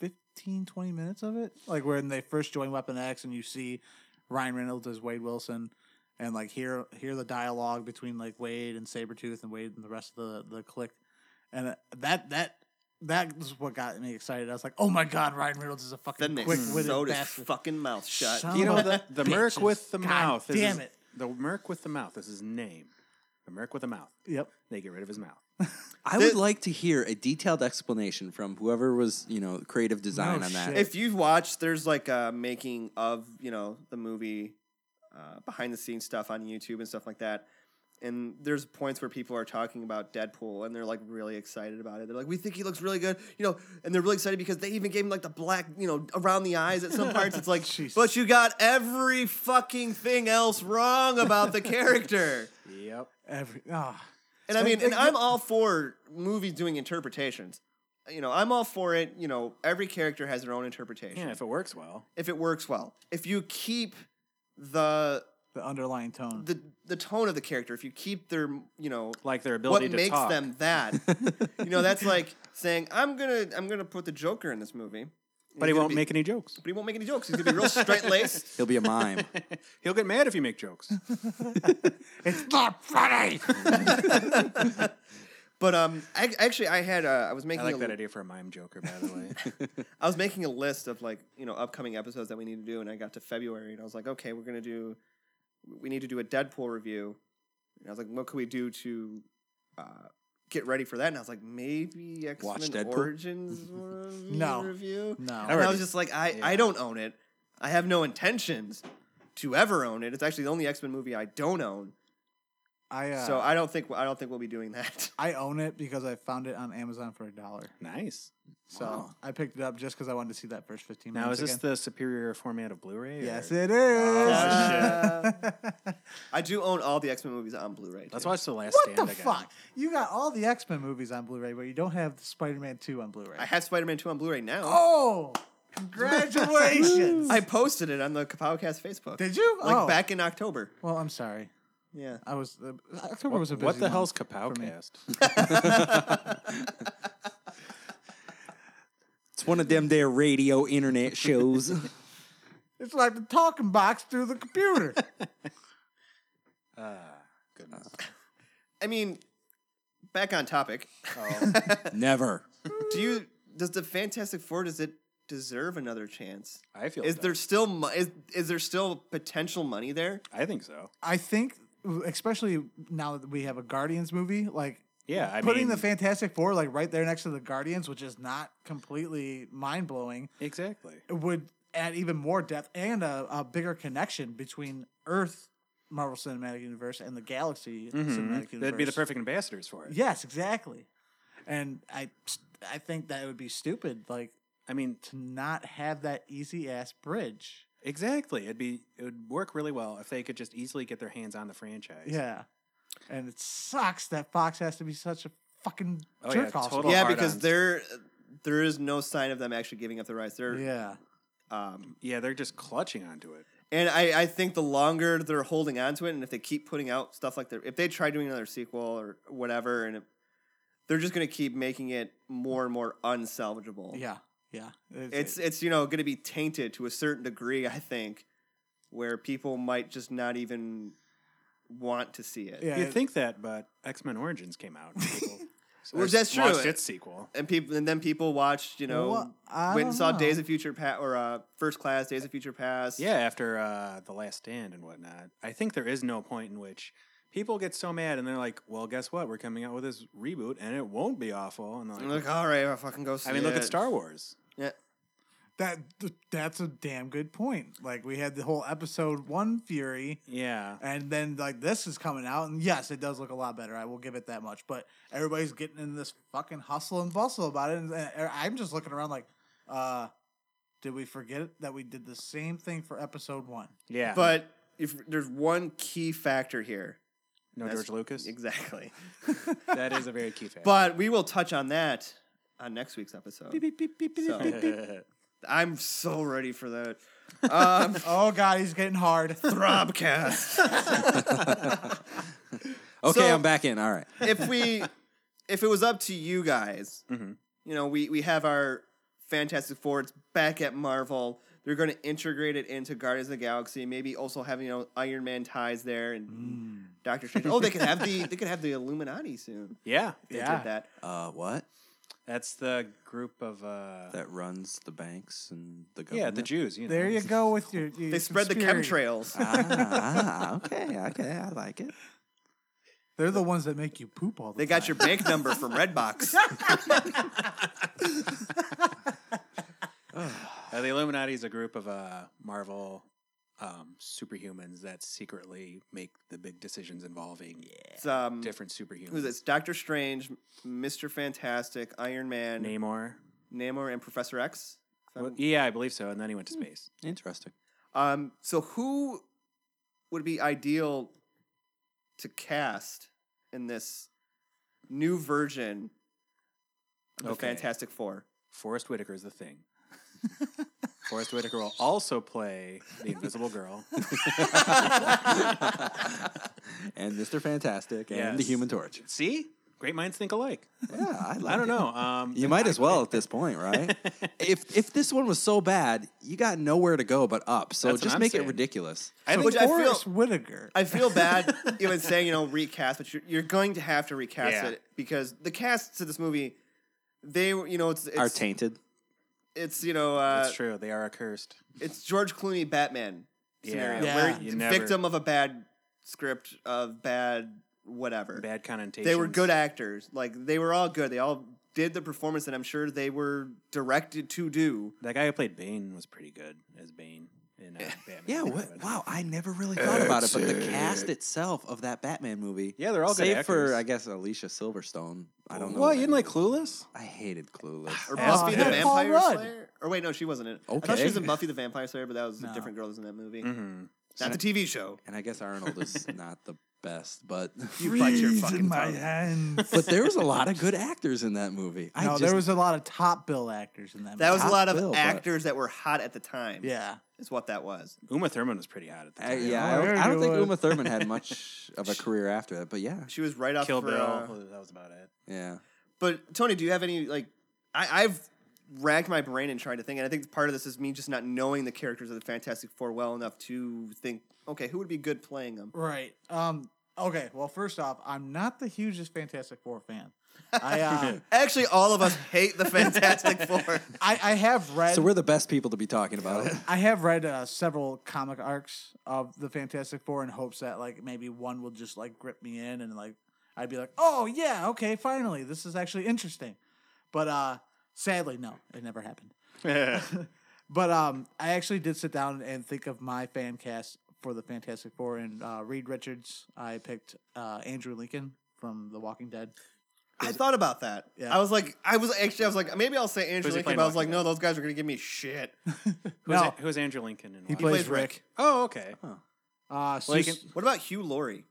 Speaker 4: 15, 20 minutes of it, like when they first join Weapon X, and you see Ryan Reynolds as Wade Wilson, and like hear hear the dialogue between like Wade and Sabretooth and Wade and the rest of the the clique, and that that. That was what got me excited. I was like, "Oh my god, Ryan Reynolds is a fucking
Speaker 1: Then they
Speaker 4: quick-witted
Speaker 1: sewed his
Speaker 4: bastard."
Speaker 1: fucking mouth shut.
Speaker 4: Son
Speaker 3: You know
Speaker 4: of a
Speaker 3: the the merc
Speaker 4: bitches.
Speaker 3: with the
Speaker 4: God
Speaker 3: mouth. is
Speaker 4: Damn
Speaker 3: his-
Speaker 4: it!
Speaker 3: The merc with the mouth is his name. The merc with the mouth.
Speaker 4: Yep.
Speaker 3: They get rid of his mouth.
Speaker 5: I would like to hear a detailed explanation from whoever was, you know, creative design
Speaker 4: No
Speaker 5: on that.
Speaker 4: shit.
Speaker 1: if you've watched, there's like a making of you know the movie, uh, behind the scenes stuff on YouTube and stuff like that. And there's points where people are talking about Deadpool and they're like really excited about it. They're like, we think he looks really good, you know. And they're really excited because they even gave him like the black, you know, around the eyes at some parts. It's like,
Speaker 4: Jesus.
Speaker 1: but you got every fucking thing else wrong about the character.
Speaker 3: Yep.
Speaker 4: Every ah,
Speaker 1: And I mean, and I'm all for movies doing interpretations. You know, I'm all for it. You know, every character has their own interpretation
Speaker 3: Yeah, if it works well.
Speaker 1: if it works well. If you keep the
Speaker 4: the underlying tone.
Speaker 1: the the tone of the character, if you keep their you know
Speaker 3: Like their
Speaker 1: what
Speaker 3: ability to
Speaker 1: makes
Speaker 3: talk.
Speaker 1: them that, you know, that's like <laughs> saying I'm gonna I'm gonna put the Joker in this movie,
Speaker 3: but he won't make any jokes.
Speaker 1: but he won't make any jokes. He's gonna be real straight laced.
Speaker 5: <laughs> He'll be a mime.
Speaker 3: <laughs> He'll get mad if you make jokes.
Speaker 4: it's not funny.
Speaker 1: But um, I, actually, I had uh, I was
Speaker 3: I
Speaker 1: making
Speaker 3: like
Speaker 1: a,
Speaker 3: that idea for a mime joker, by
Speaker 1: <laughs>
Speaker 3: the way.
Speaker 1: I was making a list of like you know upcoming episodes that we need to do, and I got to February, and I was like, okay, we're gonna do, we need to do a Deadpool review, and I was like, what could we do to uh, get ready for that? And I was like, maybe X Men
Speaker 5: Deadpool?
Speaker 1: Origins review-
Speaker 4: No.
Speaker 1: review.
Speaker 4: No.
Speaker 1: And I was just like, I I
Speaker 3: Yeah.
Speaker 1: don't own it. I have no intentions to ever own it. It's actually the only X Men movie I don't own,
Speaker 4: I uh,
Speaker 1: so
Speaker 4: I,
Speaker 1: I don't think I don't think we'll be doing that. <laughs>
Speaker 4: own it because I found it on Amazon for a dollar.
Speaker 3: nice.
Speaker 4: So
Speaker 5: Wow.
Speaker 4: I picked it up just because I wanted to see that first fifteen
Speaker 3: Now, is
Speaker 4: minutes.
Speaker 3: this
Speaker 4: again.
Speaker 3: the superior format of Blu-ray? or-
Speaker 4: Yes, it is.
Speaker 1: Oh, I do own all the X Men movies on Blu-ray. too.
Speaker 3: Let's watch the last
Speaker 4: what
Speaker 3: stand.
Speaker 4: the
Speaker 3: again.
Speaker 4: fuck? You got all the X Men movies on Blu-ray, but you don't have Spider-Man Two on Blu-ray.
Speaker 1: I have Spider Man Two on Blu-ray now.
Speaker 3: <laughs>
Speaker 4: oh, congratulations!
Speaker 1: <laughs> I posted it on the Kapowcast Facebook.
Speaker 4: Did you?
Speaker 1: Like
Speaker 4: oh.
Speaker 1: back in October.
Speaker 4: Well, I'm sorry.
Speaker 1: Yeah.
Speaker 4: I was uh, October was a busy
Speaker 3: What the
Speaker 4: month.
Speaker 3: hell's Kapowcast?
Speaker 5: it's one of them there radio internet
Speaker 3: <laughs>
Speaker 5: shows.
Speaker 4: It's like the talking box through the
Speaker 3: <laughs>
Speaker 4: computer.
Speaker 3: Goodness.
Speaker 1: I mean, back on topic.
Speaker 3: Oh,
Speaker 5: Never.
Speaker 1: Do you does the Fantastic Four does it deserve another chance? <laughs>
Speaker 3: I feel.
Speaker 1: Is
Speaker 3: dumb.
Speaker 1: there still mo- is, is there still potential money there?
Speaker 3: I think so.
Speaker 4: I think, especially now that we have a Guardians movie, like
Speaker 3: Yeah, I
Speaker 4: putting
Speaker 3: mean,
Speaker 4: the Fantastic Four like right there next to the Guardians, which is not completely mind blowing,
Speaker 3: exactly.
Speaker 4: would add even more depth and a, a bigger connection between Earth, Marvel Cinematic Universe, and the Galaxy Cinematic Universe.
Speaker 3: Mm-hmm. That'd be the perfect ambassadors for it.
Speaker 4: Yes, exactly. And I, I think that would be stupid, like
Speaker 3: I mean,
Speaker 4: to not have that easy ass bridge.
Speaker 3: exactly. It'd be it would work really well if they could just easily get their hands on the franchise.
Speaker 4: Yeah. And it sucks that Fox has to be such a fucking
Speaker 3: Oh, yeah,
Speaker 4: jerk off.
Speaker 3: total- Well,
Speaker 1: yeah,
Speaker 3: hard
Speaker 1: because
Speaker 3: ons.
Speaker 1: there there is no sign of them actually giving up the rights. They're
Speaker 4: Yeah.
Speaker 1: um,
Speaker 3: Yeah, they're just clutching onto it.
Speaker 1: and I, I think the longer they're holding on to it, and if they keep putting out stuff like that, if they try doing another sequel or whatever, and it, they're just gonna keep making it more and more unsalvageable.
Speaker 4: Yeah. Yeah.
Speaker 1: it's it's you know going to be tainted to a certain degree i think where people might just not even want to see it
Speaker 4: yeah,
Speaker 3: You'd
Speaker 4: it-
Speaker 3: think that, but X Men Origins came out. and people- so
Speaker 1: Well,
Speaker 3: I
Speaker 1: that's true.
Speaker 3: Watched its sequel.
Speaker 1: and people and then people watched you know
Speaker 4: Well, I
Speaker 1: went
Speaker 4: don't
Speaker 1: and saw
Speaker 4: know.
Speaker 1: days of future past or uh, first class days of future past
Speaker 3: Yeah, after uh, the Last Stand and whatnot, I think there is no point in which people get so mad and they're like, "Well, guess what? We're coming out with this reboot, and it won't be awful." And they're
Speaker 1: I'm
Speaker 3: like,
Speaker 1: like all right i'll fucking go see
Speaker 3: I mean, look
Speaker 1: it."
Speaker 3: at Star Wars.
Speaker 1: yeah
Speaker 4: that that's a damn good point. Like we had the whole episode one Fury,
Speaker 3: Yeah,
Speaker 4: and then like this is coming out, and yes, it does look a lot better. I will give it that much. But everybody's getting in this fucking hustle and bustle about it, and, and I'm just looking around like, uh, did we forget that we did the same thing for episode one?
Speaker 3: yeah.
Speaker 1: but if there's one key factor here
Speaker 3: no
Speaker 1: that's-
Speaker 3: George Lucas.
Speaker 1: exactly
Speaker 3: <laughs> that is a very key fact.
Speaker 1: but we will touch on that on next week's episode.
Speaker 4: Beep, beep, beep, beep,
Speaker 1: So-
Speaker 4: beep, beep.
Speaker 1: I'm so ready for that.
Speaker 4: <laughs>
Speaker 1: Um,
Speaker 4: Oh god, he's
Speaker 1: <laughs>
Speaker 4: getting hard.
Speaker 1: Throbcast.
Speaker 5: Okay,
Speaker 1: So-
Speaker 5: I'm back in. All right.
Speaker 1: if we, if it was up to you guys,
Speaker 3: Mm-hmm.
Speaker 1: you know, we we have our Fantastic Four. It's back at Marvel. They're going to integrate it into Guardians of the Galaxy. Maybe also have you know Iron Man ties there and Doctor Strange. Oh, they could have the they could have the Illuminati soon.
Speaker 3: <laughs> Yeah,
Speaker 1: If They
Speaker 4: Yeah.
Speaker 1: did that.
Speaker 5: Uh, what?
Speaker 3: that's the group of uh,
Speaker 5: That runs the banks and the government.
Speaker 3: yeah, the Jews. You know.
Speaker 4: There
Speaker 3: <laughs>
Speaker 4: you go with your. your
Speaker 1: They spread the
Speaker 4: conspiracy.
Speaker 1: chemtrails.
Speaker 5: ah, ah, okay, okay, I like it.
Speaker 4: They're the ones that make you poop all the
Speaker 1: They
Speaker 4: time.
Speaker 1: got your bank number from
Speaker 3: <laughs>
Speaker 1: Redbox.
Speaker 3: Uh, the Illuminati is a group of uh, Marvel um, superhumans that secretly make the big decisions involving
Speaker 1: It's, um,
Speaker 3: different superhumans.
Speaker 1: who's this? Doctor Strange, Mister Fantastic, Iron Man,
Speaker 3: Namor.
Speaker 1: Namor, and Professor X. If I'm-
Speaker 3: Well, yeah, I believe so. And then he went to space.
Speaker 5: Interesting.
Speaker 1: Um, so who would be ideal to cast in this new version of the
Speaker 3: Okay.
Speaker 1: Fantastic Four?
Speaker 3: Forrest Whitaker is the thing. Forrest Whitaker will also play the Invisible Girl.
Speaker 5: And Mr. Fantastic and the
Speaker 3: Yes.
Speaker 5: Human Torch.
Speaker 3: <laughs> See, great minds think alike.
Speaker 5: Yeah, I like
Speaker 3: I
Speaker 5: it.
Speaker 3: don't know. Um,
Speaker 5: You might as well at this point,
Speaker 3: <laughs>
Speaker 5: right? if if this one was so bad, you got nowhere to go but up. So
Speaker 3: That's what
Speaker 5: just
Speaker 3: I'm
Speaker 5: make
Speaker 3: saying.
Speaker 5: it ridiculous.
Speaker 1: I
Speaker 4: So
Speaker 1: think I feel
Speaker 4: Forrest Whitaker.
Speaker 1: I feel
Speaker 3: <laughs>
Speaker 1: bad even saying you know recast, but you're, you're going to have to recast
Speaker 3: Yeah.
Speaker 1: it because the casts of this movie, they were you know it's
Speaker 5: Are
Speaker 1: it's,
Speaker 5: tainted.
Speaker 1: it's you know uh,
Speaker 3: That's true. They are accursed.
Speaker 1: it's George Clooney Batman
Speaker 3: Yeah.
Speaker 1: scenario
Speaker 4: Yeah.
Speaker 1: where
Speaker 3: You
Speaker 1: the
Speaker 3: never-
Speaker 1: victim of a bad script of bad whatever
Speaker 3: Bad connotations.
Speaker 1: They were good actors. Like they were all good. They all did the performance that I'm sure they were directed to do.
Speaker 3: That guy who played Bane was pretty good as Bane in uh, Batman.
Speaker 5: Yeah, what, wow, I never really thought about it, but the cast itself of that Batman movie.
Speaker 3: Yeah, they're all good
Speaker 5: save
Speaker 3: actors.
Speaker 5: for I guess Alicia Silverstone. I don't know.
Speaker 3: Well,
Speaker 5: what
Speaker 3: you didn't
Speaker 5: her
Speaker 3: like
Speaker 5: name-
Speaker 3: Clueless?
Speaker 5: I hated Clueless.
Speaker 1: <sighs> Or
Speaker 3: As
Speaker 1: Buffy the
Speaker 3: did
Speaker 4: Paul
Speaker 1: Vampire
Speaker 4: Rudd.
Speaker 1: Slayer. Or wait, no, she wasn't in it. I thought she
Speaker 5: Okay.
Speaker 1: was in Buffy the Vampire Slayer, but that was a
Speaker 4: No.
Speaker 1: different girl that was in that movie.
Speaker 3: Mm-hmm.
Speaker 1: Not the TV show.
Speaker 5: and I guess Arnold is not the best, but <laughs>
Speaker 1: You bite your
Speaker 4: Freeze
Speaker 1: fucking
Speaker 4: in my
Speaker 1: tongue.
Speaker 4: hands.
Speaker 5: but there was a lot of good actors in that movie. I
Speaker 4: no,
Speaker 5: just,
Speaker 4: there was a lot of top bill actors in that.
Speaker 1: That was
Speaker 4: movie.
Speaker 1: a lot of
Speaker 5: Bill, but-
Speaker 1: actors that were hot at the time.
Speaker 4: yeah.
Speaker 1: Is what that was.
Speaker 3: Uma Thurman was pretty hot at the
Speaker 5: I,
Speaker 3: time.
Speaker 5: Uh, yeah, I
Speaker 4: Oh,
Speaker 5: don't,
Speaker 4: there
Speaker 5: I don't
Speaker 4: it
Speaker 5: think
Speaker 4: was.
Speaker 5: Uma Thurman had much of a career after that, but yeah,
Speaker 1: She was right off
Speaker 3: Kill
Speaker 1: for,
Speaker 3: Bill.
Speaker 1: uh,
Speaker 3: that was about it.
Speaker 5: yeah.
Speaker 1: But Tony, do you have any like I, I've racked my brain and tried to think, and I think part of this is me just not knowing the characters of the Fantastic Four well enough to think, okay, who would be good playing them?
Speaker 4: Right. Um. Okay. Well, first off, I'm not the hugest Fantastic Four fan.
Speaker 1: <laughs>
Speaker 4: I uh,
Speaker 1: Actually, all of us hate the Fantastic Four.
Speaker 4: I, I have read.
Speaker 5: So we're the best people to be talking about it.
Speaker 4: I have read uh, several comic arcs of the Fantastic Four in hopes that like maybe one will just like grip me in and like I'd be like, oh yeah, okay, finally, this is actually interesting. But uh, sadly, no, it never
Speaker 1: <laughs>
Speaker 4: happened. <laughs> But um, I actually did sit down and think of my fan cast for the Fantastic Four and uh, Reed Richards. I picked uh, Andrew Lincoln from The Walking Dead.
Speaker 1: I thought about that.
Speaker 4: Yeah.
Speaker 1: I was like, I was actually, I was like, maybe I'll say Andrew
Speaker 3: Who's he
Speaker 1: Lincoln,
Speaker 3: playing
Speaker 1: but I was like,
Speaker 3: Walking
Speaker 1: no, those guys are gonna give me shit.
Speaker 3: Who's,
Speaker 4: No.
Speaker 3: A- who's Andrew Lincoln in
Speaker 4: He
Speaker 1: He
Speaker 3: Watchmen?
Speaker 1: plays
Speaker 4: plays
Speaker 1: Rick.
Speaker 3: Oh, okay.
Speaker 4: Uh,
Speaker 3: Well, you
Speaker 4: Sus-
Speaker 3: can-
Speaker 1: <laughs> What about Hugh Laurie?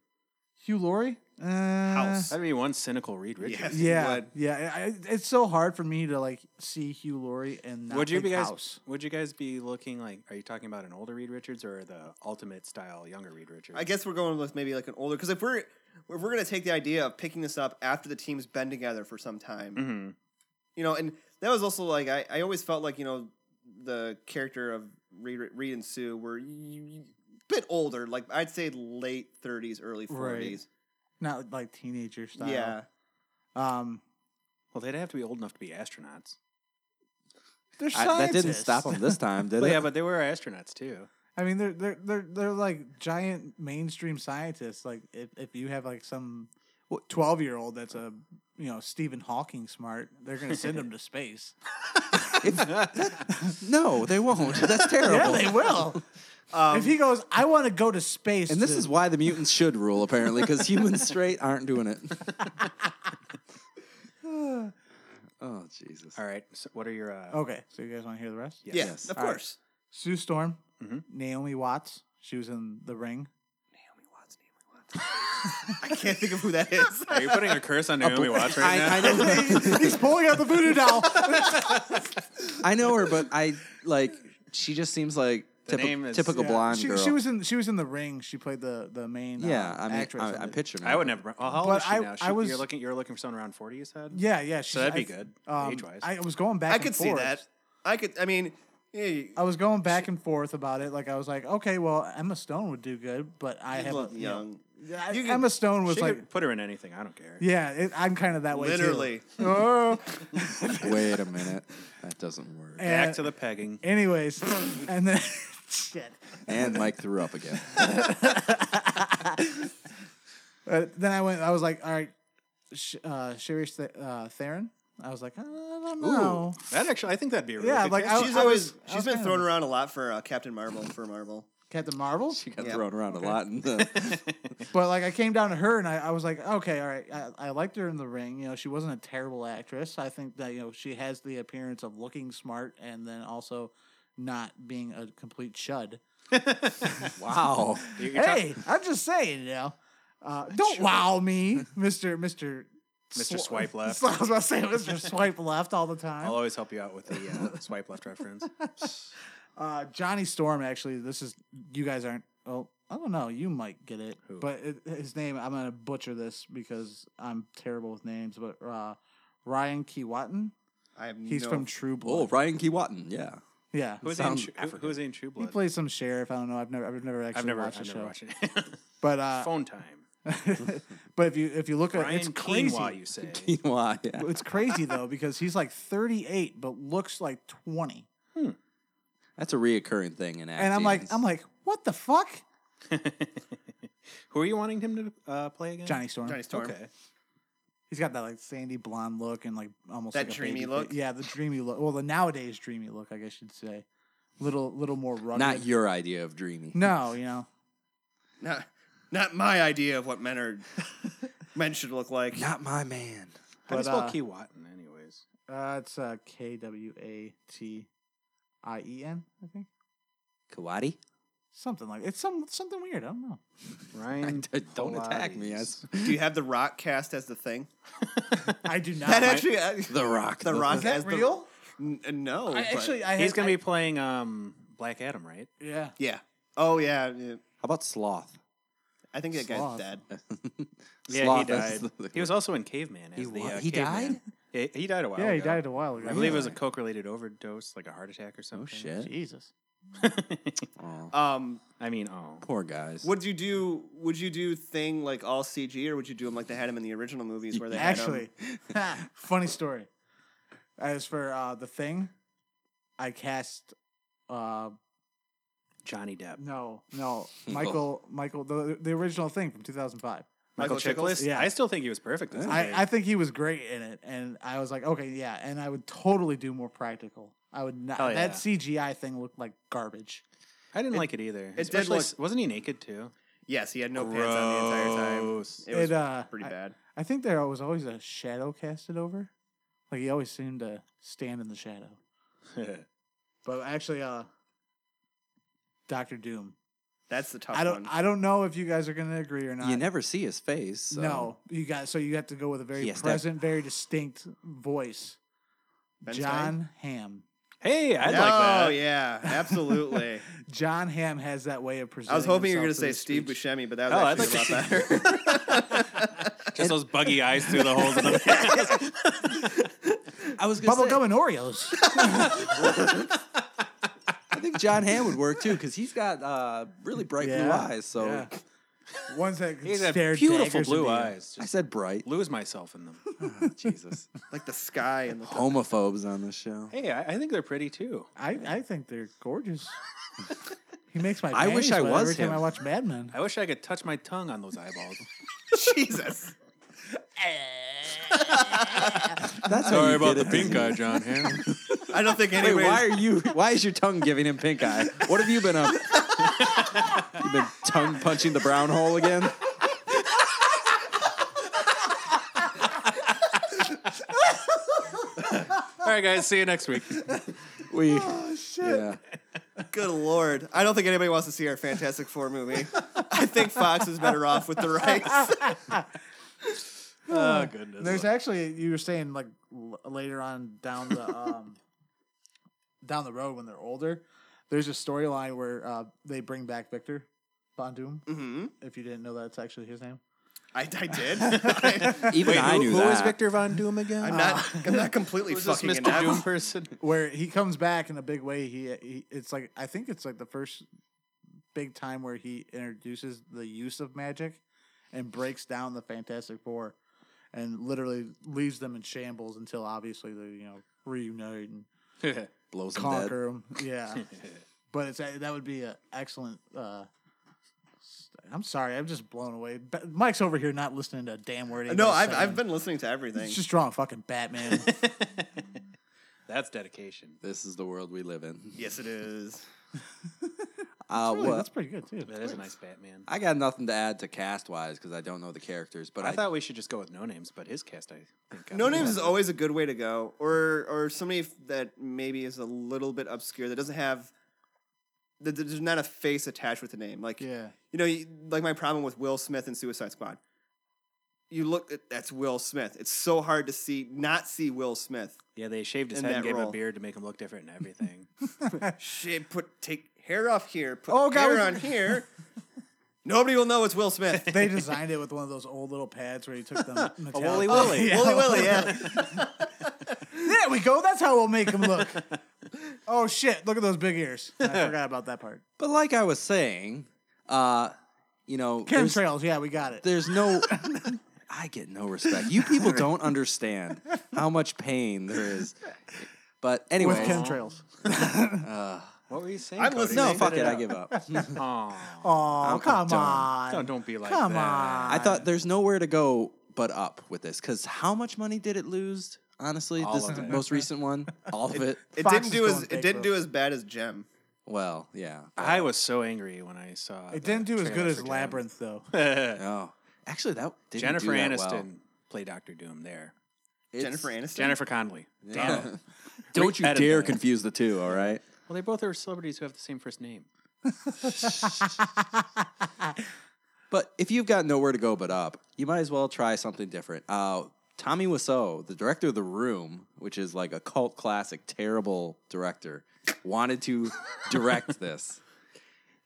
Speaker 4: Hugh Laurie. Uh,
Speaker 1: House.
Speaker 3: That'd be one cynical Reed Richards.
Speaker 1: Yes.
Speaker 4: Yeah,
Speaker 1: Would.
Speaker 4: yeah. I, I- it's so hard for me to like see Hugh Laurie and not
Speaker 3: Would you
Speaker 4: think
Speaker 3: be guys?
Speaker 4: House.
Speaker 3: Would you guys be looking like? Are you talking about an older Reed Richards or the ultimate style younger Reed Richards?
Speaker 1: I guess we're going with maybe like an older because if we're if we're gonna take the idea of picking this up after the team's been together for some time,
Speaker 3: hmm
Speaker 1: you know, and that was also like I, I always felt like you know the character of Reed, Reed and Sue were y- a bit older, like I'd say late thirties, early forties.
Speaker 4: Not like teenager style.
Speaker 1: Yeah,
Speaker 4: Um,
Speaker 3: Well, they'd have to be old enough to be astronauts.
Speaker 4: they're
Speaker 5: I, that didn't
Speaker 4: scientists.
Speaker 5: stop them this time, did
Speaker 3: Well,
Speaker 5: it? <laughs>
Speaker 3: yeah, but they were astronauts too.
Speaker 4: I mean, they're they're they're they're like giant mainstream scientists. Like if if you have like some twelve year old that's a you know Stephen Hawking smart, they're gonna send him to space.
Speaker 5: <laughs> no, they won't. That's terrible.
Speaker 4: Yeah, they will. if he goes, I want to go to space,
Speaker 5: and this
Speaker 4: to-
Speaker 5: is why the mutants should rule, apparently, because humans straight aren't doing
Speaker 3: <laughs>
Speaker 5: it. oh Jesus!
Speaker 3: All right. So what are your? Uh,
Speaker 4: okay. So you guys want to hear the rest?
Speaker 1: yeah,
Speaker 5: Yes.
Speaker 1: of
Speaker 4: All right.
Speaker 1: course.
Speaker 4: Sue Storm,
Speaker 3: Mhm.
Speaker 4: Naomi Watts. She was in The Ring.
Speaker 1: I can't think of who that is.
Speaker 3: Are you putting <laughs> a curse on Naomi Watts right now?
Speaker 5: I, I know
Speaker 4: He's pulling out the
Speaker 5: <laughs>
Speaker 4: voodoo doll.
Speaker 5: I know her, but I like she just seems like
Speaker 3: The
Speaker 5: typi-
Speaker 3: name is-
Speaker 5: typical
Speaker 4: Yeah,
Speaker 5: blonde
Speaker 4: she,
Speaker 5: girl.
Speaker 4: she was in. She was in the ring. She played the the main.
Speaker 5: yeah.
Speaker 4: um,
Speaker 5: I mean,
Speaker 4: actress. of
Speaker 5: I, I'm
Speaker 4: it.
Speaker 5: picturing.
Speaker 3: I
Speaker 5: her.
Speaker 3: would never. Oh, how old
Speaker 4: But
Speaker 3: is she
Speaker 4: I-
Speaker 3: now? She,
Speaker 4: I was-
Speaker 3: you're looking. You're looking for someone around forty. You said.
Speaker 4: Yeah, yeah. She,
Speaker 3: that'd be good,
Speaker 4: um,
Speaker 3: age-wise.
Speaker 4: I was going back.
Speaker 1: I
Speaker 4: and
Speaker 1: could see
Speaker 4: forth.
Speaker 1: that. I could. I mean, yeah,
Speaker 4: I was going back and forth about it. Like I was like, okay, well, Emma Stone would do good, but I have
Speaker 1: look young.
Speaker 4: Yeah,
Speaker 1: You could-
Speaker 4: Emma Stone was
Speaker 3: She
Speaker 4: like,
Speaker 3: could put her in anything. I don't care.
Speaker 4: yeah, it, I'm kind of that way. too.
Speaker 1: Literally.
Speaker 4: Oh.
Speaker 5: Wait a minute, that doesn't work. And,
Speaker 3: Back
Speaker 4: And-
Speaker 3: to the pegging.
Speaker 4: Anyways, and then <laughs> shit.
Speaker 5: Mike threw up
Speaker 4: <laughs>
Speaker 5: again.
Speaker 4: Uh, then I went. I was like, all right, Sh- uh, Sherry Th- uh, Theron. I was like, "Uh, I don't know.
Speaker 3: That actually, I think that'd be a really
Speaker 4: Yeah,
Speaker 3: good
Speaker 4: like,
Speaker 3: cast.
Speaker 4: I-
Speaker 1: she's
Speaker 4: I
Speaker 1: always
Speaker 4: was- I
Speaker 1: she's
Speaker 4: was
Speaker 1: been
Speaker 4: kind of-
Speaker 1: thrown around a lot for uh, Captain Marvel for Marvel.
Speaker 4: Captain Marvel.
Speaker 5: She got
Speaker 1: Yeah.
Speaker 5: thrown around a lot. In
Speaker 4: <laughs>
Speaker 5: the,
Speaker 4: But like I came down to her and I, I was like, okay, all right, I, I liked her in the ring. You know, she wasn't a terrible actress. I think that you know she has the appearance of looking smart and then also not being a complete chud. <laughs>
Speaker 5: wow.
Speaker 3: <laughs> You- you're talking-
Speaker 4: Hey, I'm just saying, you know, uh, don't wow me, Mister Mister
Speaker 3: Mr. Swipe Left.
Speaker 4: <laughs> I was about to say Mister Swipe Left all the time.
Speaker 3: I'll always help you out with the uh, swipe
Speaker 4: <laughs>
Speaker 3: left reference.
Speaker 4: Uh, Johnny Storm, actually, this is you guys aren't. Oh, I don't know. You might get it,
Speaker 3: Who?
Speaker 4: but it, his name. I'm gonna butcher this because I'm terrible with names. But uh, Ryan Keewatin,
Speaker 1: I have
Speaker 4: he's
Speaker 1: no,
Speaker 4: from True Blood.
Speaker 5: Oh, Ryan Keewatin. Yeah. <laughs>
Speaker 4: yeah,
Speaker 3: Who's
Speaker 5: Sounds
Speaker 3: in, Tru- who, who's in True
Speaker 4: he
Speaker 3: Blood?
Speaker 4: plays some sheriff. I don't know. I've never, I've never actually
Speaker 3: I've never,
Speaker 4: watched
Speaker 3: I've
Speaker 4: the
Speaker 3: never
Speaker 4: show.
Speaker 3: watched it. <laughs>
Speaker 4: But uh,
Speaker 3: Phone time.
Speaker 4: <laughs> but if you if you look at
Speaker 3: Brian
Speaker 4: it's crazy.
Speaker 3: Quinoa, you say.
Speaker 5: Quinoa. Yeah.
Speaker 4: It's crazy though because he's like 38 but looks like 20,
Speaker 5: That's a reoccurring thing in acting.
Speaker 4: and I'm like, I'm like, what the fuck,
Speaker 3: Who are you wanting him to uh, play again?
Speaker 4: Johnny Storm.
Speaker 1: Johnny Storm.
Speaker 3: Okay.
Speaker 4: He's got that like sandy blonde look and like almost
Speaker 1: That
Speaker 4: like a
Speaker 1: dreamy
Speaker 4: baby
Speaker 1: look?
Speaker 4: fa- Yeah, the dreamy look. Well, the nowadays dreamy look, I guess you'd say. Little, little more rugged.
Speaker 5: not your idea of dreamy.
Speaker 4: No, you know.
Speaker 1: Not not my idea of what men
Speaker 4: <laughs>
Speaker 1: are men should look like.
Speaker 5: Not my man.
Speaker 3: How do you
Speaker 4: But,
Speaker 3: spell
Speaker 4: uh,
Speaker 3: Key Watton, anyways?
Speaker 4: Uh, it's uh, K W A T I E N, I think.
Speaker 5: Kawadi.
Speaker 4: Something like it's some something weird. I don't know.
Speaker 5: <laughs>
Speaker 3: Ryan.
Speaker 5: Don't attack me. I s-
Speaker 3: Pilates.
Speaker 1: Do you have the Rock cast as the thing?
Speaker 4: I do not.
Speaker 1: That actually, uh,
Speaker 5: <laughs> the Rock.
Speaker 1: the Rock
Speaker 4: that
Speaker 1: as the
Speaker 4: real?
Speaker 1: N- uh, no,
Speaker 4: I
Speaker 1: but-
Speaker 4: actually, I
Speaker 3: He's
Speaker 4: had-
Speaker 3: going
Speaker 4: I-
Speaker 3: to be playing um, Black Adam, right?
Speaker 4: Yeah.
Speaker 1: yeah. Oh yeah, yeah.
Speaker 5: How about Sloth? <laughs>
Speaker 1: I think that
Speaker 4: Sloth.
Speaker 1: guy's dead.
Speaker 3: Yeah, he
Speaker 5: Sloth
Speaker 3: died.
Speaker 5: is <laughs>
Speaker 3: He was also in Caveman. As
Speaker 5: He
Speaker 3: the,
Speaker 5: wa-
Speaker 3: uh,
Speaker 5: he
Speaker 3: caveman.
Speaker 5: died?
Speaker 3: <laughs> Yeah, he died a while
Speaker 4: Yeah,
Speaker 3: ago.
Speaker 4: he died a while ago.
Speaker 3: I believe it was a coke-related overdose, like a heart attack or
Speaker 5: Oh,
Speaker 3: something.
Speaker 5: shit.
Speaker 4: Jesus.
Speaker 5: Aw,
Speaker 1: Um,
Speaker 3: I mean, oh.
Speaker 5: poor guys.
Speaker 1: would you do? Would you do thing like all CG, or would you do him like they had him in the original movies where they had 'em-
Speaker 4: Actually, <laughs> funny story. As for uh, the thing, I cast uh,
Speaker 3: Johnny Depp.
Speaker 4: No,
Speaker 1: <laughs>
Speaker 4: no. Michael, Michael, the, the original thing from 2005.
Speaker 1: Michael
Speaker 3: Michael,
Speaker 1: Chiklis?
Speaker 3: Chiklis?
Speaker 4: Yeah.
Speaker 3: I still think he was perfect. as the
Speaker 4: I,
Speaker 3: thing.
Speaker 4: I think he was great in it, and I was like, okay, yeah, and I would totally do more practical. I would
Speaker 1: Oh,
Speaker 4: not.
Speaker 3: Hell
Speaker 4: That
Speaker 3: yeah.
Speaker 4: CGI thing looked like garbage.
Speaker 3: I didn't like it either.
Speaker 1: did
Speaker 3: Especially,
Speaker 1: look-
Speaker 3: s- wasn't he naked too?
Speaker 1: Yes, he had no pants on the entire time.
Speaker 3: Gross.
Speaker 1: It was
Speaker 4: It, uh,
Speaker 1: pretty
Speaker 4: I-
Speaker 1: bad.
Speaker 4: I think there was always a shadow casted over. Like he always seemed to stand in the shadow.
Speaker 3: <laughs>
Speaker 4: But actually, uh, Doctor Doom.
Speaker 1: That's the tough
Speaker 4: I don't.
Speaker 1: one.
Speaker 4: I don't know if you guys are going to agree or not.
Speaker 5: you never see his face. so-
Speaker 4: No, you got so you have to go with a very
Speaker 5: He has to have-
Speaker 4: present, very distinct voice.
Speaker 1: Ben Stein?
Speaker 4: John Ham.
Speaker 3: hey, I
Speaker 1: no,
Speaker 3: like that.
Speaker 1: Oh, yeah, absolutely.
Speaker 4: John Ham has that way of presenting.
Speaker 1: I was hoping you were going to
Speaker 4: himself
Speaker 1: say Steve
Speaker 4: through speech.
Speaker 1: Buscemi, but that
Speaker 3: Oh,
Speaker 1: was
Speaker 3: I'd
Speaker 1: actually
Speaker 3: like
Speaker 1: a lot better.
Speaker 3: Just those buggy eyes through the holes in <laughs> the mask.
Speaker 5: I was gonna
Speaker 4: Bubble
Speaker 5: say,
Speaker 4: gum
Speaker 1: <laughs>
Speaker 4: and Oreos.
Speaker 5: I think John Hamm would work too because he's got uh, really bright blue eyes. So
Speaker 4: yeah. ones that
Speaker 3: He's got
Speaker 4: stare
Speaker 3: beautiful
Speaker 4: daggers
Speaker 3: blue
Speaker 4: into you.
Speaker 3: eyes.
Speaker 5: I
Speaker 3: Just
Speaker 5: said bright.
Speaker 3: lose myself in <laughs> them.
Speaker 5: Jesus,
Speaker 1: like the sky and the <laughs>
Speaker 5: <laughs> homophobes on this show.
Speaker 3: Hey, I, I think they're pretty too.
Speaker 4: I, I think they're
Speaker 1: <laughs>
Speaker 4: gorgeous. he makes my.
Speaker 5: I wish
Speaker 4: panties
Speaker 5: I
Speaker 4: wet
Speaker 5: was
Speaker 4: every time
Speaker 5: him.
Speaker 4: I watch Mad Men.
Speaker 3: I wish I could touch my tongue on those eyeballs.
Speaker 1: Jesus.
Speaker 5: <laughs> That's how you get it.
Speaker 3: eye,
Speaker 5: <laughs>
Speaker 3: John Ham.
Speaker 1: I don't think
Speaker 5: Wait,
Speaker 1: anybody's
Speaker 5: why are you? Why is your tongue giving him pink eye? What have you been up? You've been tongue punching the brown hole again.
Speaker 3: All right, guys. See you next <laughs> week. Oh,
Speaker 5: We.
Speaker 1: Oh,
Speaker 5: Yeah.
Speaker 1: Good lord. I don't think anybody wants to see our Fantastic Four movie. I think Fox is better off with the rights. <laughs>
Speaker 3: Oh goodness.
Speaker 4: There's actually you were saying like l- later on down the um <laughs> down the road when they're older, there's a storyline where uh, they bring back Victor Bondoom.
Speaker 1: hmm
Speaker 4: If you didn't know that's actually his name,
Speaker 1: I, I did. <laughs> I,
Speaker 5: Even
Speaker 3: Wait,
Speaker 5: I
Speaker 3: who,
Speaker 5: knew
Speaker 3: who
Speaker 5: that.
Speaker 3: is Victor Von Doom again?
Speaker 1: am not. I'm not completely
Speaker 3: Who's this
Speaker 1: fucking
Speaker 3: Mr.
Speaker 1: inept.
Speaker 3: Doom person?
Speaker 4: where he comes back in a big way. He, uh, he it's like I think it's like the first big time where he introduces the use of magic and breaks down the Fantastic Four and literally leaves them in shambles until obviously they you know reunite and
Speaker 5: Blows him dead.
Speaker 4: conquer them. Yeah, but it's uh, that would be an excellent. Uh, st- I'm sorry, I'm just blown away. Ba- Mike's over here not listening to a damn word.
Speaker 1: <laughs> No,
Speaker 4: anybody's
Speaker 1: I've, I've
Speaker 4: saying.
Speaker 1: been listening to everything.
Speaker 4: It's just drawing fucking Batman.
Speaker 3: <laughs> That's dedication.
Speaker 5: This is the world we live in.
Speaker 1: yes, it is.
Speaker 5: Uh,
Speaker 4: Really,
Speaker 5: what-
Speaker 4: that's pretty good too.
Speaker 3: That is a nice Batman.
Speaker 5: I got nothing to add to cast wise because I don't know the characters, but
Speaker 3: I thought we should just go with no names, but his cast, I think.
Speaker 1: No names is always a good way to go, or or somebody f- that maybe is a little bit obscure that doesn't have that that there's not a face attached with the name. Like
Speaker 4: Yeah,
Speaker 1: you know, you, like my problem with Will Smith and Suicide Squad. You look at that's Will Smith. It's so hard to see not see Will Smith.
Speaker 3: Yeah, they shaved his
Speaker 1: In
Speaker 3: head
Speaker 1: that
Speaker 3: and gave him
Speaker 1: role.
Speaker 3: a beard to make him look different
Speaker 1: <laughs>
Speaker 3: and everything.
Speaker 1: Shit, put take hair off here. Put
Speaker 4: Oh, God,
Speaker 1: hair
Speaker 4: we- <laughs>
Speaker 1: on here. Nobody will know it's Will Smith.
Speaker 4: they designed it with one of those old little pads where you took them. a
Speaker 3: Wooly Willy.
Speaker 1: Willy Willy, yeah.
Speaker 4: <laughs> There we go. That's how we'll make him look. oh shit! Look at those big ears. I forgot about that part.
Speaker 5: but like I was saying, uh, you know, there's,
Speaker 4: Chemtrails. Yeah, we got it.
Speaker 5: there's
Speaker 3: <laughs>
Speaker 5: no. I get no respect. You people don't understand how much pain there is. But
Speaker 4: With
Speaker 5: anyway,
Speaker 4: chemtrails.
Speaker 3: what were you saying?
Speaker 1: I'm
Speaker 3: Cody?
Speaker 1: listening.
Speaker 5: no,
Speaker 1: They
Speaker 5: fuck
Speaker 1: did
Speaker 5: it,
Speaker 1: it
Speaker 3: <laughs>
Speaker 5: I
Speaker 1: up.
Speaker 5: give up.
Speaker 3: Aw.
Speaker 4: Oh come
Speaker 5: done.
Speaker 4: on!
Speaker 3: No, don't be like
Speaker 4: Come
Speaker 3: that.
Speaker 4: on!
Speaker 5: I thought there's nowhere to go but up with this because how much money did it lose? Honestly,
Speaker 3: All
Speaker 5: this
Speaker 3: of
Speaker 5: the
Speaker 3: it.
Speaker 5: most recent <laughs> one, all of it.
Speaker 1: It
Speaker 4: Fox
Speaker 1: didn't
Speaker 4: is
Speaker 1: do as
Speaker 4: going
Speaker 1: it
Speaker 4: big,
Speaker 1: didn't
Speaker 4: bro.
Speaker 1: do as bad as Gem.
Speaker 5: Well, yeah.
Speaker 3: I was so angry when I saw.
Speaker 4: It
Speaker 3: the
Speaker 4: didn't do as
Speaker 3: trailer
Speaker 4: good
Speaker 3: for
Speaker 4: as
Speaker 3: Doom.
Speaker 4: Labyrinth though. <laughs>
Speaker 5: Oh, actually, that didn't
Speaker 3: Jennifer
Speaker 5: do that
Speaker 3: Aniston
Speaker 5: Well.
Speaker 3: played Doctor Doom there.
Speaker 5: It's-
Speaker 1: Jennifer Aniston.
Speaker 3: Jennifer Connelly. Damn it.
Speaker 5: Don't you
Speaker 3: Re-edit
Speaker 5: dare
Speaker 3: that.
Speaker 5: confuse the two. All right.
Speaker 3: Well, they both are celebrities who have the same first name.
Speaker 5: But if you've got nowhere to go but up, you might as well try something different. Uh, Tommy Wiseau, the director of The Room, which is like a cult classic, terrible director, wanted to
Speaker 3: <laughs>
Speaker 5: direct this.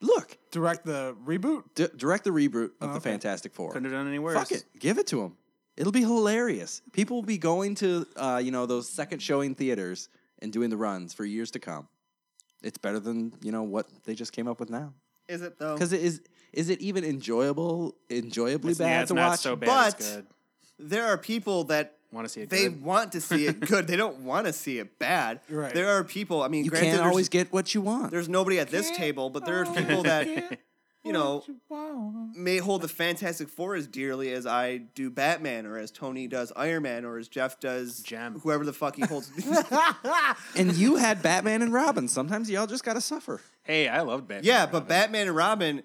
Speaker 5: Look,
Speaker 4: Direct the reboot.
Speaker 5: d- direct the reboot of the Fantastic Four.
Speaker 3: Oh, Couldn't have done any worse.
Speaker 5: Fuck it, give it to him. It'll be hilarious. People will be going to uh, you know those second showing theaters and doing the runs for years to come. It's better than you know what they just came up with now.
Speaker 1: Is it though?
Speaker 5: Because it is is it even enjoyable enjoyably
Speaker 3: It's,
Speaker 5: bad
Speaker 3: yeah, it's
Speaker 5: to
Speaker 3: not
Speaker 5: watch?
Speaker 3: so bad.
Speaker 1: but-
Speaker 3: it's good.
Speaker 1: There are people that
Speaker 3: Want to see it?
Speaker 1: they
Speaker 3: good.
Speaker 1: want to see it good. They don't want to see it
Speaker 3: <laughs>
Speaker 1: bad.
Speaker 4: Right.
Speaker 1: There are people. I mean,
Speaker 5: you
Speaker 1: granted,
Speaker 5: can't
Speaker 1: there's,
Speaker 5: always get what you want.
Speaker 1: there's nobody at this table, but there are people that you know <laughs> may hold the Fantastic Four as dearly as I do Batman, or as Tony does Iron Man, or as Jeff does
Speaker 3: Gem.
Speaker 1: whoever the fuck he
Speaker 3: <laughs>
Speaker 1: holds.
Speaker 5: And you had Batman and Robin. Sometimes y'all just gotta suffer.
Speaker 3: Hey, I loved
Speaker 1: <laughs>
Speaker 3: Batman.
Speaker 1: yeah,
Speaker 3: and
Speaker 1: but
Speaker 3: Robin.
Speaker 1: Batman and Robin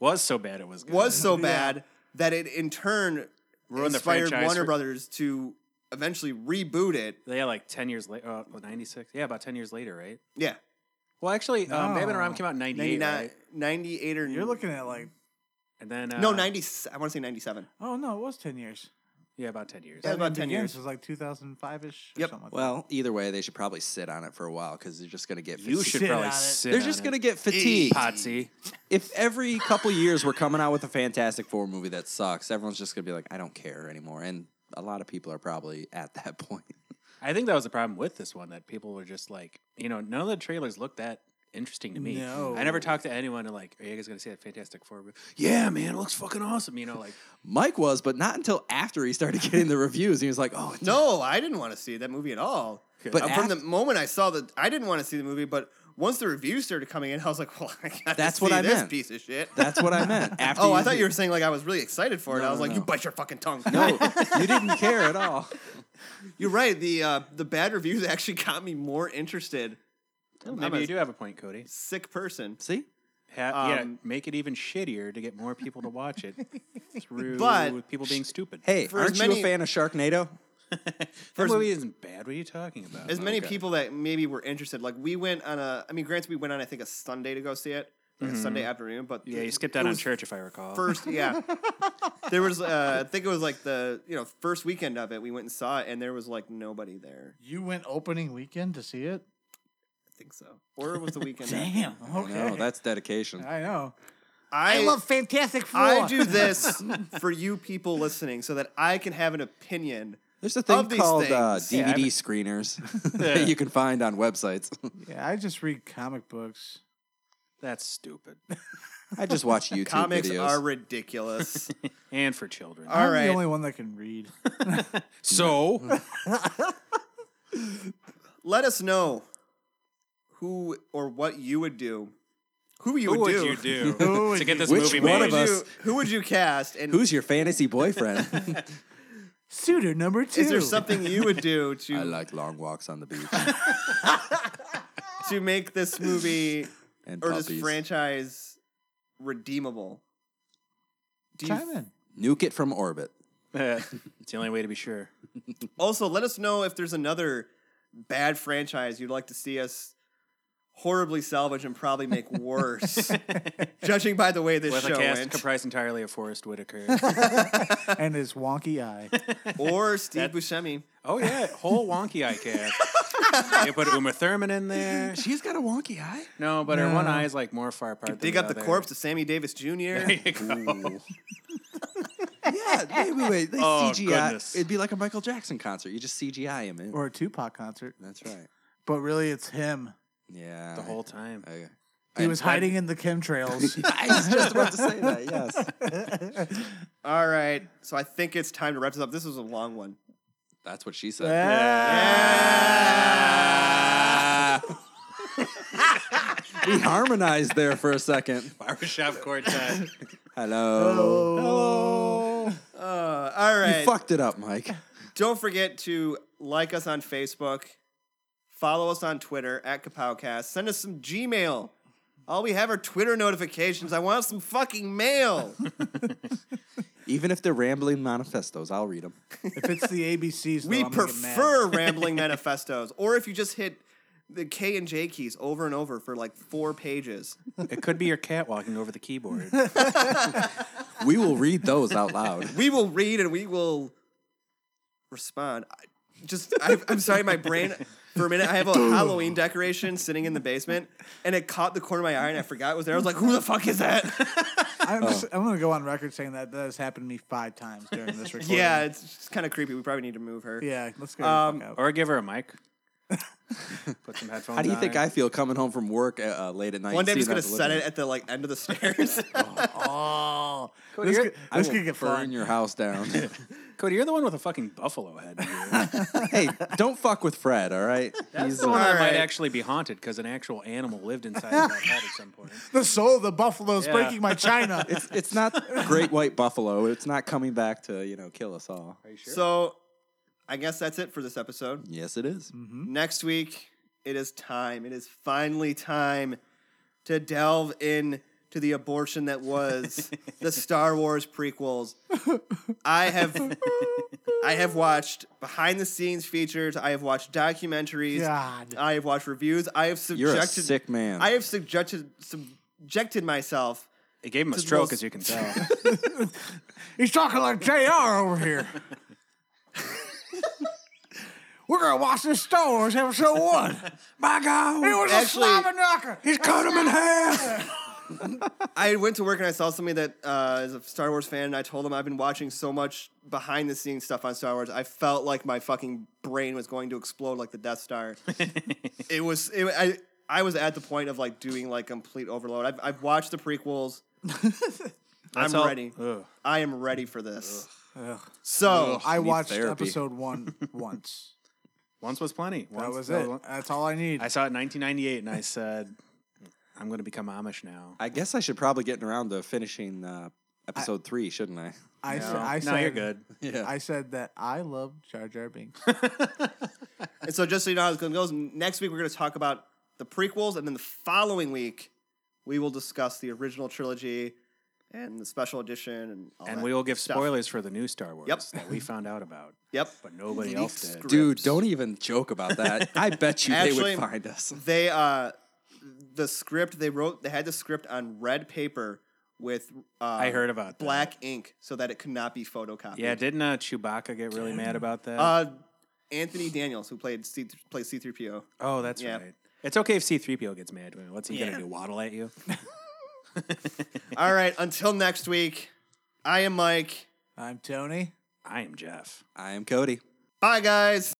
Speaker 3: was so bad it was good.
Speaker 1: was so bad that it in turn
Speaker 3: Ruined the
Speaker 1: inspired
Speaker 3: franchise
Speaker 1: Warner
Speaker 3: for-
Speaker 1: Brothers to eventually reboot it.
Speaker 3: Yeah, like ten years later. Uh, ninety six. Yeah, about ten years later, right?
Speaker 1: Yeah,
Speaker 3: Well, actually, um, Batman and Robin came out in ninety eight,
Speaker 1: 99,
Speaker 3: right?
Speaker 1: 98 or
Speaker 4: You're looking at like,
Speaker 3: And then uh,
Speaker 1: no ninety. I want to say ninety seven.
Speaker 4: oh no, it was ten years.
Speaker 3: Yeah, about ten years.
Speaker 1: Yeah. about
Speaker 4: Batman
Speaker 1: 10
Speaker 4: Begins
Speaker 1: years.
Speaker 4: was like 2005 ish.
Speaker 1: Yep.
Speaker 4: Something like
Speaker 5: Well, either way, they should probably sit on it for a while because they're just gonna get.
Speaker 3: You
Speaker 5: fatigued.
Speaker 3: should
Speaker 4: Sit
Speaker 3: probably
Speaker 4: on it.
Speaker 3: sit.
Speaker 5: They're
Speaker 3: on
Speaker 5: just
Speaker 3: it.
Speaker 5: gonna get fatigued.
Speaker 3: Potsy.
Speaker 5: If every couple years we're coming out with a Fantastic Four movie that sucks, everyone's just gonna be like, I don't care anymore. And a lot of people are probably at that <laughs> point.
Speaker 3: I think that was the problem with this one that people were just like, you know, none of the trailers looked that interesting to me.
Speaker 4: No.
Speaker 3: I never talked to anyone who like, are you guys gonna see that Fantastic Four? movie?" Yeah, man, it looks fucking awesome. You know, like
Speaker 5: Mike was, but not until after he started getting the reviews. He was like, Oh, it's
Speaker 1: No, I didn't want to see that movie at all.
Speaker 5: But
Speaker 1: But from
Speaker 5: aft-
Speaker 1: the moment I saw the, I didn't want to see the movie. But once the reviews started coming in, I was like, "Well, I got
Speaker 5: That's
Speaker 1: to
Speaker 5: what
Speaker 1: see
Speaker 5: I
Speaker 1: this
Speaker 5: meant.
Speaker 1: piece of shit."
Speaker 5: That's what I meant.
Speaker 1: <laughs>
Speaker 5: After
Speaker 1: oh, I thought you were saying like I was really excited for it.
Speaker 5: No,
Speaker 1: I was
Speaker 5: no,
Speaker 1: like,
Speaker 5: no.
Speaker 1: "You bite your fucking tongue."
Speaker 5: <laughs> No, you didn't care at all.
Speaker 1: <laughs> you're right. The uh, the bad reviews <laughs> actually got me more interested.
Speaker 3: maybe
Speaker 1: a-
Speaker 3: you do have a point, Cody.
Speaker 1: Sick person,
Speaker 5: See?
Speaker 3: Ha- yeah,
Speaker 1: Um,
Speaker 3: make it even shittier to get more people to watch it through
Speaker 1: But-
Speaker 3: people being stupid.
Speaker 5: Hey,
Speaker 1: For as
Speaker 5: aren't you
Speaker 1: many-
Speaker 5: a fan
Speaker 1: <laughs>
Speaker 5: of Sharknado?
Speaker 3: <laughs> that movie isn't bad. What are you talking about?
Speaker 1: as many
Speaker 5: okay.
Speaker 1: people that maybe were interested. Like we went on a, I mean, granted, we went on I think a Sunday to go see it. like
Speaker 5: Mm-hmm.
Speaker 1: a Sunday afternoon. But
Speaker 3: Yeah,
Speaker 1: th-
Speaker 3: you skipped
Speaker 1: it
Speaker 3: out on
Speaker 1: was
Speaker 3: church, if I
Speaker 1: <laughs>
Speaker 3: recall.
Speaker 1: First, yeah, there was. Uh, I think it was like the you know first weekend of it. We went and saw it, and there was like nobody there.
Speaker 4: You went opening weekend to see it?
Speaker 1: I think so, or it was the weekend. after. <laughs>
Speaker 4: Damn.
Speaker 5: Oh,
Speaker 4: <laughs> Okay.
Speaker 5: No, that's dedication.
Speaker 4: I know.
Speaker 1: I,
Speaker 4: Fantastic Four.
Speaker 1: I do <laughs>
Speaker 4: <laughs>
Speaker 1: this for you people listening, so that I can have an opinion.
Speaker 5: There's a thing
Speaker 1: Of these
Speaker 5: called uh,
Speaker 1: things.
Speaker 5: DVD
Speaker 3: Yeah, I
Speaker 1: <laughs>
Speaker 3: mean-
Speaker 5: screeners <laughs>
Speaker 3: Yeah.
Speaker 5: that you can find on websites. <laughs>
Speaker 4: Yeah, I just read comic books.
Speaker 3: That's stupid.
Speaker 5: I just
Speaker 1: <laughs>
Speaker 5: watch YouTube
Speaker 1: Comics
Speaker 5: videos.
Speaker 1: are <laughs> ridiculous.
Speaker 3: And for children.
Speaker 1: All
Speaker 4: I'm
Speaker 1: right.
Speaker 4: the only one that can read.
Speaker 3: so,
Speaker 1: Let us know who or what you would do. Who you
Speaker 3: who
Speaker 1: would,
Speaker 3: would
Speaker 1: do?
Speaker 3: you do
Speaker 4: Who would
Speaker 3: to get this
Speaker 5: Which
Speaker 3: movie
Speaker 5: one
Speaker 3: made?
Speaker 5: of
Speaker 1: Who would
Speaker 5: us-
Speaker 1: you- Who would you cast? And
Speaker 5: Who's your fantasy
Speaker 1: <laughs>
Speaker 5: boyfriend?
Speaker 4: Suitor number two.
Speaker 1: is there something you would do <laughs> to
Speaker 5: I like long walks on the beach
Speaker 1: to make this movie
Speaker 5: and
Speaker 1: or
Speaker 5: puppies.
Speaker 1: this franchise redeemable? Do you
Speaker 4: Chime in.
Speaker 5: Nuke it from orbit.
Speaker 3: <laughs> it's the only way to be sure.
Speaker 1: Also, let us know if there's another bad franchise you'd like to see us horribly salvage and probably make
Speaker 3: <laughs>
Speaker 1: worse. judging by the way this
Speaker 3: With a
Speaker 1: show
Speaker 3: cast
Speaker 1: went,
Speaker 3: comprised entirely of
Speaker 1: <laughs>
Speaker 3: Forrest Whitaker.
Speaker 4: <laughs> and his wonky eye.
Speaker 3: <laughs>
Speaker 1: or Steve Buscemi.
Speaker 3: oh, yeah. Whole wonky eye
Speaker 1: <laughs>
Speaker 3: cast. you put Uma Thurman in there.
Speaker 5: She's got a wonky eye.
Speaker 3: No, but her one
Speaker 4: No.
Speaker 3: eye is like more far apart.
Speaker 1: Dig
Speaker 3: than
Speaker 1: up the
Speaker 3: other. <laughs>
Speaker 1: corpse of Sammy Davis Jr.
Speaker 3: There you go.
Speaker 5: <laughs> Yeah, wait, wait, wait. They
Speaker 3: Oh,
Speaker 5: CGI.
Speaker 3: goodness.
Speaker 5: It'd be like a Michael Jackson concert. You just CGI him. In.
Speaker 4: Or a Tupac concert.
Speaker 5: That's right.
Speaker 4: But really, it's him.
Speaker 5: Yeah.
Speaker 3: The whole time. <laughs>
Speaker 5: I,
Speaker 4: He
Speaker 5: I-
Speaker 4: was <laughs>
Speaker 5: I-
Speaker 4: hiding in
Speaker 1: <laughs>
Speaker 4: the chemtrails.
Speaker 5: I was just about to say that. Yes.
Speaker 1: All right, so I think it's time to wrap this up. This was a long
Speaker 3: <laughs>
Speaker 1: one.
Speaker 5: That's what she said.
Speaker 4: <laughs>
Speaker 1: Uh,
Speaker 5: We harmonized there for a second.
Speaker 3: Barbershop quartet.
Speaker 5: Hello.
Speaker 1: Uh, all
Speaker 5: You
Speaker 1: right.
Speaker 5: fucked it up, Mike.
Speaker 1: Don't forget to like us on Facebook, follow us on Twitter at Kapowcast, send us some Gmail. All we have are Twitter notifications. I want some fucking
Speaker 4: <laughs>
Speaker 1: mail.
Speaker 5: Even if they're rambling manifestos, I'll read them.
Speaker 4: if it's the ABCs, though,
Speaker 1: we
Speaker 4: I'm gonna get mad. <laughs>
Speaker 1: prefer rambling manifestos. Or if you just hit the K and J keys over and over for like four pages.
Speaker 3: it could be your cat walking over the keyboard.
Speaker 5: We will read those out loud.
Speaker 1: We will read and we will respond. I just, I, I'm sorry, my brain. For a minute, I have a Halloween decoration sitting in the basement, and it caught the corner of my eye, and I forgot it was there. I was like, "Who the fuck is that?" <laughs>
Speaker 4: I'm, just,
Speaker 5: Oh.
Speaker 4: I'm gonna go on record saying that that has happened to me five times during this recording.
Speaker 1: Yeah, it's, it's kind of creepy. We probably need to move her.
Speaker 4: yeah. Let's go. Um, fuck out.
Speaker 3: or give her a mic. Put some headphones
Speaker 5: How do you think
Speaker 3: on.
Speaker 5: I feel coming home from work uh, uh, late at night?
Speaker 1: One day I'm
Speaker 5: and
Speaker 1: just
Speaker 5: seeing
Speaker 1: gonna
Speaker 5: that
Speaker 1: set it <laughs>
Speaker 5: delivery?
Speaker 1: at the like
Speaker 4: <laughs>
Speaker 1: end of the stairs.
Speaker 4: Oh, this
Speaker 3: you're-
Speaker 4: could,
Speaker 5: I
Speaker 4: this
Speaker 5: will
Speaker 4: could get
Speaker 5: burn
Speaker 4: fun.
Speaker 5: your house down.
Speaker 3: Cody, you're the one with a fucking buffalo head. That's
Speaker 5: <laughs> hey, don't fuck with Fred, all right? He's
Speaker 3: the one
Speaker 5: uh,
Speaker 3: that
Speaker 1: Alright.
Speaker 3: might actually be haunted because an actual animal lived inside of that head at some point.
Speaker 4: The soul of the buffalo is
Speaker 3: Yeah.
Speaker 4: breaking my china.
Speaker 5: it's it's not Great White Buffalo. It's not coming back to you know kill us all.
Speaker 1: So, I guess that's it for this episode.
Speaker 5: Yes, it is.
Speaker 4: Mm-hmm.
Speaker 1: Next week, it is time. It is finally time to delve in to the abortion that
Speaker 4: <laughs>
Speaker 1: was the Star Wars prequels. I have I have watched behind the scenes features. I have watched documentaries.
Speaker 4: God.
Speaker 1: I have watched reviews. I have subjected.
Speaker 5: You're a sick man.
Speaker 1: I have subjected subjected myself
Speaker 3: It gave him a
Speaker 1: Just
Speaker 3: stroke,
Speaker 1: little-
Speaker 3: as you can tell.
Speaker 4: He's talking like JR over here. We're gonna watch this Star Wars episode one.
Speaker 5: My God,
Speaker 4: It was
Speaker 1: Actually-
Speaker 4: a slamming knocker.
Speaker 5: he's cut him in half.
Speaker 1: I went to work and I saw somebody that uh, is a Star Wars fan, and I told him I've been watching so much behind the scenes stuff on Star Wars. I felt like my fucking brain was going to explode like the Death Star. it was. It, I I was at the point of like doing like complete overload. I've, I've watched the prequels. I'm
Speaker 3: That's all-
Speaker 1: ready.
Speaker 3: Ugh.
Speaker 1: I am ready for this. So
Speaker 4: I
Speaker 5: Need
Speaker 4: watched
Speaker 5: therapy. <laughs>
Speaker 4: episode one once.
Speaker 3: Once was plenty. Once
Speaker 4: That was
Speaker 3: that
Speaker 4: it.
Speaker 3: was-
Speaker 4: That's all I need.
Speaker 3: I saw it in 1998 and I said, I'm going to become Amish now.
Speaker 5: I guess I should probably get around to finishing uh, episode three, shouldn't I?
Speaker 4: I,
Speaker 3: No,
Speaker 4: sa- I
Speaker 3: no, you're
Speaker 4: said-
Speaker 3: good.
Speaker 5: Yeah.
Speaker 4: I said that I love Jar Jar Binks.
Speaker 1: and so just so you know how this goes, next week we're going to talk about the prequels, and then the following week we will discuss the original trilogy and the special edition and all
Speaker 3: and
Speaker 1: that
Speaker 3: we will give
Speaker 1: stuff.
Speaker 3: spoilers for the new Star Wars
Speaker 1: Yep.
Speaker 3: that we found out about,
Speaker 1: Yep. <laughs>
Speaker 3: but nobody
Speaker 1: Leaked
Speaker 3: else did.
Speaker 1: script.
Speaker 5: Dude,
Speaker 1: Rips.
Speaker 5: don't even joke about that. I bet you they
Speaker 1: Actually-
Speaker 5: would find us.
Speaker 1: They uh the script they wrote they had the script on red paper with uh,
Speaker 3: I heard about that.
Speaker 1: black ink so that it could not be photocopied.
Speaker 3: Yeah, didn't uh, Chewbacca get really mad about that?
Speaker 1: Uh, Anthony Daniels, who played C plays C three
Speaker 3: <laughs>
Speaker 1: PO.
Speaker 3: oh, that's
Speaker 1: yeah.
Speaker 3: right. It's okay if C-3PO gets mad. What's he gonna do? Waddle at
Speaker 1: <laughs>
Speaker 3: you?
Speaker 1: All right, until next week. I am Mike.
Speaker 4: I'm Tony.
Speaker 3: I am Jeff.
Speaker 5: I am Cody.
Speaker 1: Bye, guys.